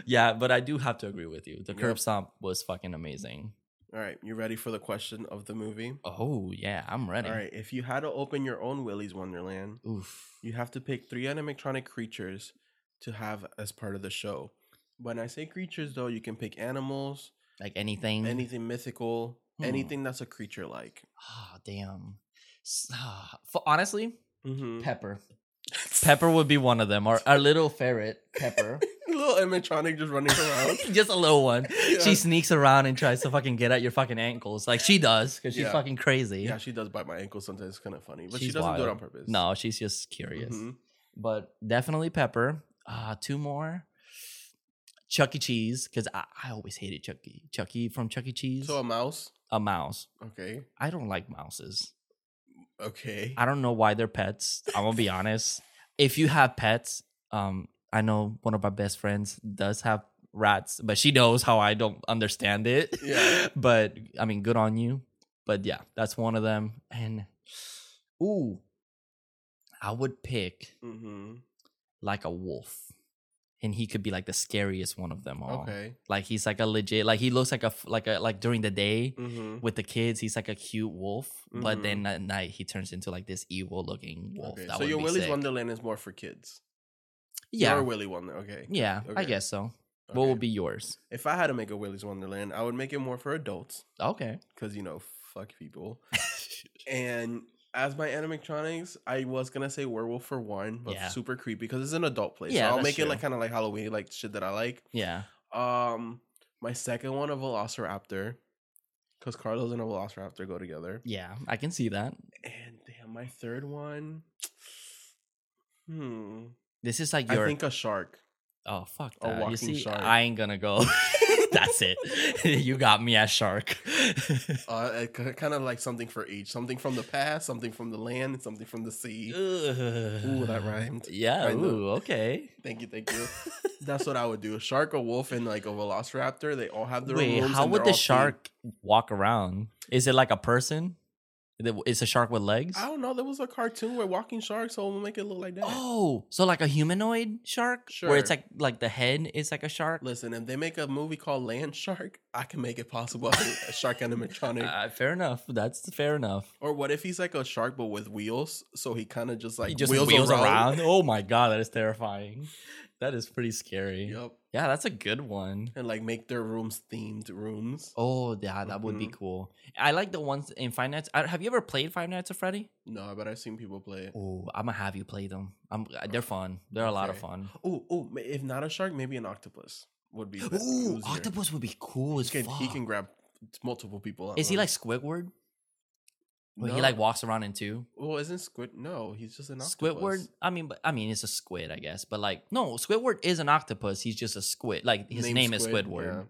[SPEAKER 3] yeah, but I do have to agree with you. The curb
[SPEAKER 4] Yep.
[SPEAKER 3] stomp was fucking amazing.
[SPEAKER 4] all right, you ready for the question of the movie?
[SPEAKER 3] Oh yeah, I'm ready.
[SPEAKER 4] All right, if you had to open your own Willy's Wonderland,
[SPEAKER 3] Oof.
[SPEAKER 4] you have to pick three animatronic creatures to have as part of the show. When I say creatures, though, you can pick animals,
[SPEAKER 3] Like anything.
[SPEAKER 4] anything mythical,
[SPEAKER 3] Mm-hmm. Hmm.
[SPEAKER 4] anything that's a creature like.
[SPEAKER 3] Ah, damn. S- ah, f- honestly,
[SPEAKER 4] Mm-hmm.
[SPEAKER 5] Pepper.
[SPEAKER 3] Pepper would be one of them. Our our little ferret, Pepper.
[SPEAKER 4] Little animatronic just running around.
[SPEAKER 3] Just a little one.
[SPEAKER 4] Yeah.
[SPEAKER 3] She sneaks around and tries to fucking get at your fucking ankles, like she does, because she's
[SPEAKER 4] Yeah.
[SPEAKER 3] fucking crazy.
[SPEAKER 4] yeah, she does bite my ankle sometimes. It's kind of funny, but she
[SPEAKER 3] She's
[SPEAKER 4] doesn't do it
[SPEAKER 3] wild.
[SPEAKER 4] on purpose.
[SPEAKER 3] No, she's just curious.
[SPEAKER 4] Mhm.
[SPEAKER 3] But definitely Pepper. Uh, two more. Chuck E. Cheese, because I, I always hated Chuck E. Chuck E. from Chuck E. Cheese.
[SPEAKER 4] So um, a mouse.
[SPEAKER 3] a mouse.
[SPEAKER 4] Okay.
[SPEAKER 3] I don't like mouses.
[SPEAKER 4] Okay.
[SPEAKER 3] I don't know why they're pets. I'm gonna be honest. If you have pets, um, I know one of our best friends does have rats, but she knows how I don't understand it.
[SPEAKER 4] Yeah.
[SPEAKER 3] but I mean, good on you. But yeah, that's one of them. And ooh, I would pick
[SPEAKER 4] hmm
[SPEAKER 3] like a wolf, and he could be like the scariest one of them all.
[SPEAKER 4] Okay.
[SPEAKER 3] Like he's like a legit. Like he looks like a f- like a like during the day
[SPEAKER 4] hmm
[SPEAKER 3] with the kids, he's like a cute wolf,
[SPEAKER 4] Mhm.
[SPEAKER 3] but then at night he turns into like this evil looking wolf.
[SPEAKER 4] Okay.
[SPEAKER 3] That
[SPEAKER 4] So your
[SPEAKER 3] be
[SPEAKER 4] Willy's
[SPEAKER 3] sick.
[SPEAKER 4] Wonderland is more for kids.
[SPEAKER 3] yeah,
[SPEAKER 4] Your Willy Wonderland. Okay.
[SPEAKER 3] yeah, I
[SPEAKER 4] Okay.
[SPEAKER 3] guess so. What
[SPEAKER 4] Okay.
[SPEAKER 3] would be yours?
[SPEAKER 4] If I had to make a Willy's Wonderland, I would make it more for adults
[SPEAKER 3] Okay,
[SPEAKER 4] because you know, fuck people. and as my animatronics, I was gonna say werewolf for one, but
[SPEAKER 3] Yeah.
[SPEAKER 4] super creepy because it's an adult place.
[SPEAKER 3] Yeah,
[SPEAKER 4] so I'll
[SPEAKER 3] that's
[SPEAKER 4] make it like
[SPEAKER 3] true.
[SPEAKER 4] kind of like Halloween, like shit that I like.
[SPEAKER 3] yeah,
[SPEAKER 4] Um, my second one a Velociraptor, because Carlos and a Velociraptor go together.
[SPEAKER 3] yeah, I can see that.
[SPEAKER 4] And damn, my third one. Hmm.
[SPEAKER 3] This is like
[SPEAKER 4] I
[SPEAKER 3] your
[SPEAKER 4] think a shark.
[SPEAKER 3] oh fuck
[SPEAKER 4] a
[SPEAKER 3] that.
[SPEAKER 4] walking
[SPEAKER 3] you see,
[SPEAKER 4] shark.
[SPEAKER 3] I ain't gonna go. That's it. you got me as shark.
[SPEAKER 4] Uh, kind of like something for each, something from the past, something from the land, and something from the sea.
[SPEAKER 3] ooh,
[SPEAKER 4] that rhymed.
[SPEAKER 3] Yeah.
[SPEAKER 4] Kinda.
[SPEAKER 3] Ooh, okay.
[SPEAKER 4] Thank you, thank you. That's what I would do. A shark, a wolf, and like a velociraptor. They all have their own
[SPEAKER 3] Wait,
[SPEAKER 4] rooms
[SPEAKER 3] how
[SPEAKER 4] and
[SPEAKER 3] would
[SPEAKER 4] they're
[SPEAKER 3] the
[SPEAKER 4] all themed.
[SPEAKER 3] shark walk around? Is it like a person? Is it- Is a shark with legs?
[SPEAKER 4] I don't know. There was a cartoon where walking sharks, so we'll make it look like that.
[SPEAKER 3] Oh, so like a humanoid shark, where it's
[SPEAKER 4] Sure.
[SPEAKER 3] like like the head is like a shark.
[SPEAKER 4] Listen, if they make a movie called Land Shark, I can make it possible. a shark animatronic.
[SPEAKER 3] Uh, fair enough. That's fair enough.
[SPEAKER 4] or what if he's like a shark but with wheels? So he kind of just like
[SPEAKER 3] he just
[SPEAKER 4] wheels, around.
[SPEAKER 3] Oh my god, that is terrifying. That is pretty scary.
[SPEAKER 4] Yep.
[SPEAKER 3] Yeah, that's a good one.
[SPEAKER 4] And like make their rooms themed rooms.
[SPEAKER 3] Oh yeah, that would
[SPEAKER 4] Mm-hmm.
[SPEAKER 3] be cool. I like the ones in Five Nights. I, have you ever played Five Nights at Freddy?
[SPEAKER 4] No, but I've seen people play it.
[SPEAKER 3] Oh, I'm gonna have you play them. I'm, uh, they're fun. They're a lot of
[SPEAKER 4] Okay.
[SPEAKER 3] fun.
[SPEAKER 4] Oh, oh! ma- If not a shark, maybe an octopus would be. the-
[SPEAKER 3] Ooh,
[SPEAKER 4] easier.
[SPEAKER 3] octopus would be cool as
[SPEAKER 4] He can,
[SPEAKER 3] fuck.
[SPEAKER 4] he can grab multiple people. at
[SPEAKER 3] is he like
[SPEAKER 4] once.
[SPEAKER 3] Squidward? Where he
[SPEAKER 4] No.
[SPEAKER 3] like walks around in two.
[SPEAKER 4] Well, isn't Squid? No, he's just an octopus.
[SPEAKER 3] Squidward. I mean, but I mean, it's a squid, I guess. But like, no, Squidward is an octopus. He's just a squid. Like his
[SPEAKER 4] Named
[SPEAKER 3] name is
[SPEAKER 4] Squid,
[SPEAKER 3] Squidward.
[SPEAKER 4] yeah.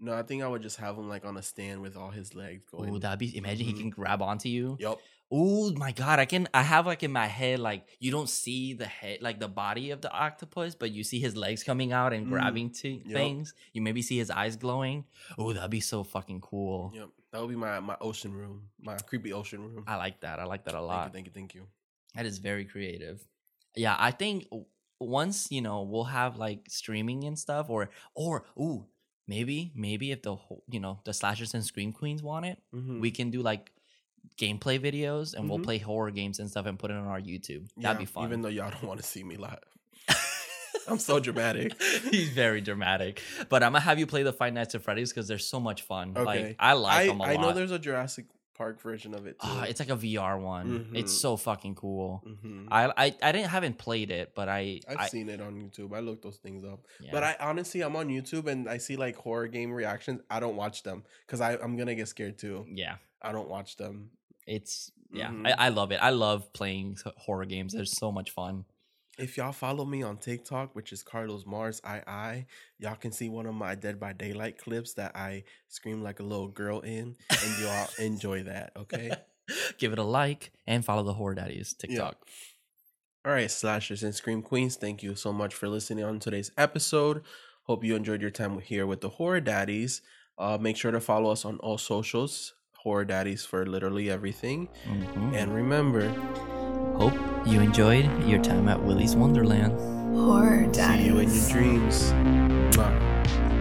[SPEAKER 4] No, I think I would just have him like on a stand with all his legs going.
[SPEAKER 3] Ooh, that'd be. Imagine
[SPEAKER 4] Mhm.
[SPEAKER 3] he can grab onto you.
[SPEAKER 4] Yup.
[SPEAKER 3] Oh my god, I can. I have like in my head, like you don't see the head, like the body of the octopus, but you see his legs coming out and
[SPEAKER 4] Mm,
[SPEAKER 3] grabbing to
[SPEAKER 4] yup.
[SPEAKER 3] things. You maybe see his eyes glowing. Oh, that'd be so fucking cool.
[SPEAKER 4] Yep. That would be my my ocean room, my creepy ocean room.
[SPEAKER 3] I like that. I like that a lot.
[SPEAKER 4] thank you, thank you, thank you.
[SPEAKER 3] That is very creative. Yeah, I think w- once you know we'll have like streaming and stuff, or or ooh, maybe maybe if the whole, you know the slashers and scream queens want it,
[SPEAKER 4] Mhm.
[SPEAKER 3] we can do like gameplay videos and we'll
[SPEAKER 4] Mhm.
[SPEAKER 3] play horror games and stuff and put it on our YouTube. That'd
[SPEAKER 4] Yeah,
[SPEAKER 3] be fun.
[SPEAKER 4] Even though y'all don't want to see me live, I'm so dramatic.
[SPEAKER 3] He's very dramatic, but I'm gonna have you play the Five Nights at Freddy's because they're so much fun.
[SPEAKER 4] Okay.
[SPEAKER 3] Like I like
[SPEAKER 4] I
[SPEAKER 3] them a
[SPEAKER 4] I
[SPEAKER 3] lot.
[SPEAKER 4] know there's a Jurassic Park version of it too.
[SPEAKER 3] Ah, it's like a VR one. It's
[SPEAKER 4] Mhm.
[SPEAKER 3] so fucking cool.
[SPEAKER 4] Mhm.
[SPEAKER 3] I, I I didn't haven't played it, but I
[SPEAKER 4] I've
[SPEAKER 3] I-
[SPEAKER 4] seen it on YouTube. I looked those things up.
[SPEAKER 3] yeah.
[SPEAKER 4] But I honestly, I'm on YouTube and I see like horror game reactions. I don't watch them because I'm gonna get scared too.
[SPEAKER 3] yeah.
[SPEAKER 4] I don't watch them.
[SPEAKER 3] It's yeah,
[SPEAKER 4] Mhm.
[SPEAKER 3] I, I love it. I love playing s- horror games. They're so much fun.
[SPEAKER 4] If y'all follow me on TikTok, which is Carlos Mars II, y'all can see one of my Dead by Daylight clips that I scream like a little girl in, and y'all enjoy that. Okay.
[SPEAKER 3] Give it a like and follow the Horror Daddies TikTok.
[SPEAKER 4] All right, slashers and scream queens, thank you so much for listening on today's episode. Hope you enjoyed your time here with the Horror Daddies. Uh, make sure to follow us on all socials, Horror Daddies for literally everything.
[SPEAKER 3] Mhm.
[SPEAKER 4] And remember,
[SPEAKER 3] Hope you enjoyed your time at Willy's Wonderland.
[SPEAKER 2] Horror
[SPEAKER 4] see you in
[SPEAKER 2] Daddies.
[SPEAKER 4] your dreams. Mwah.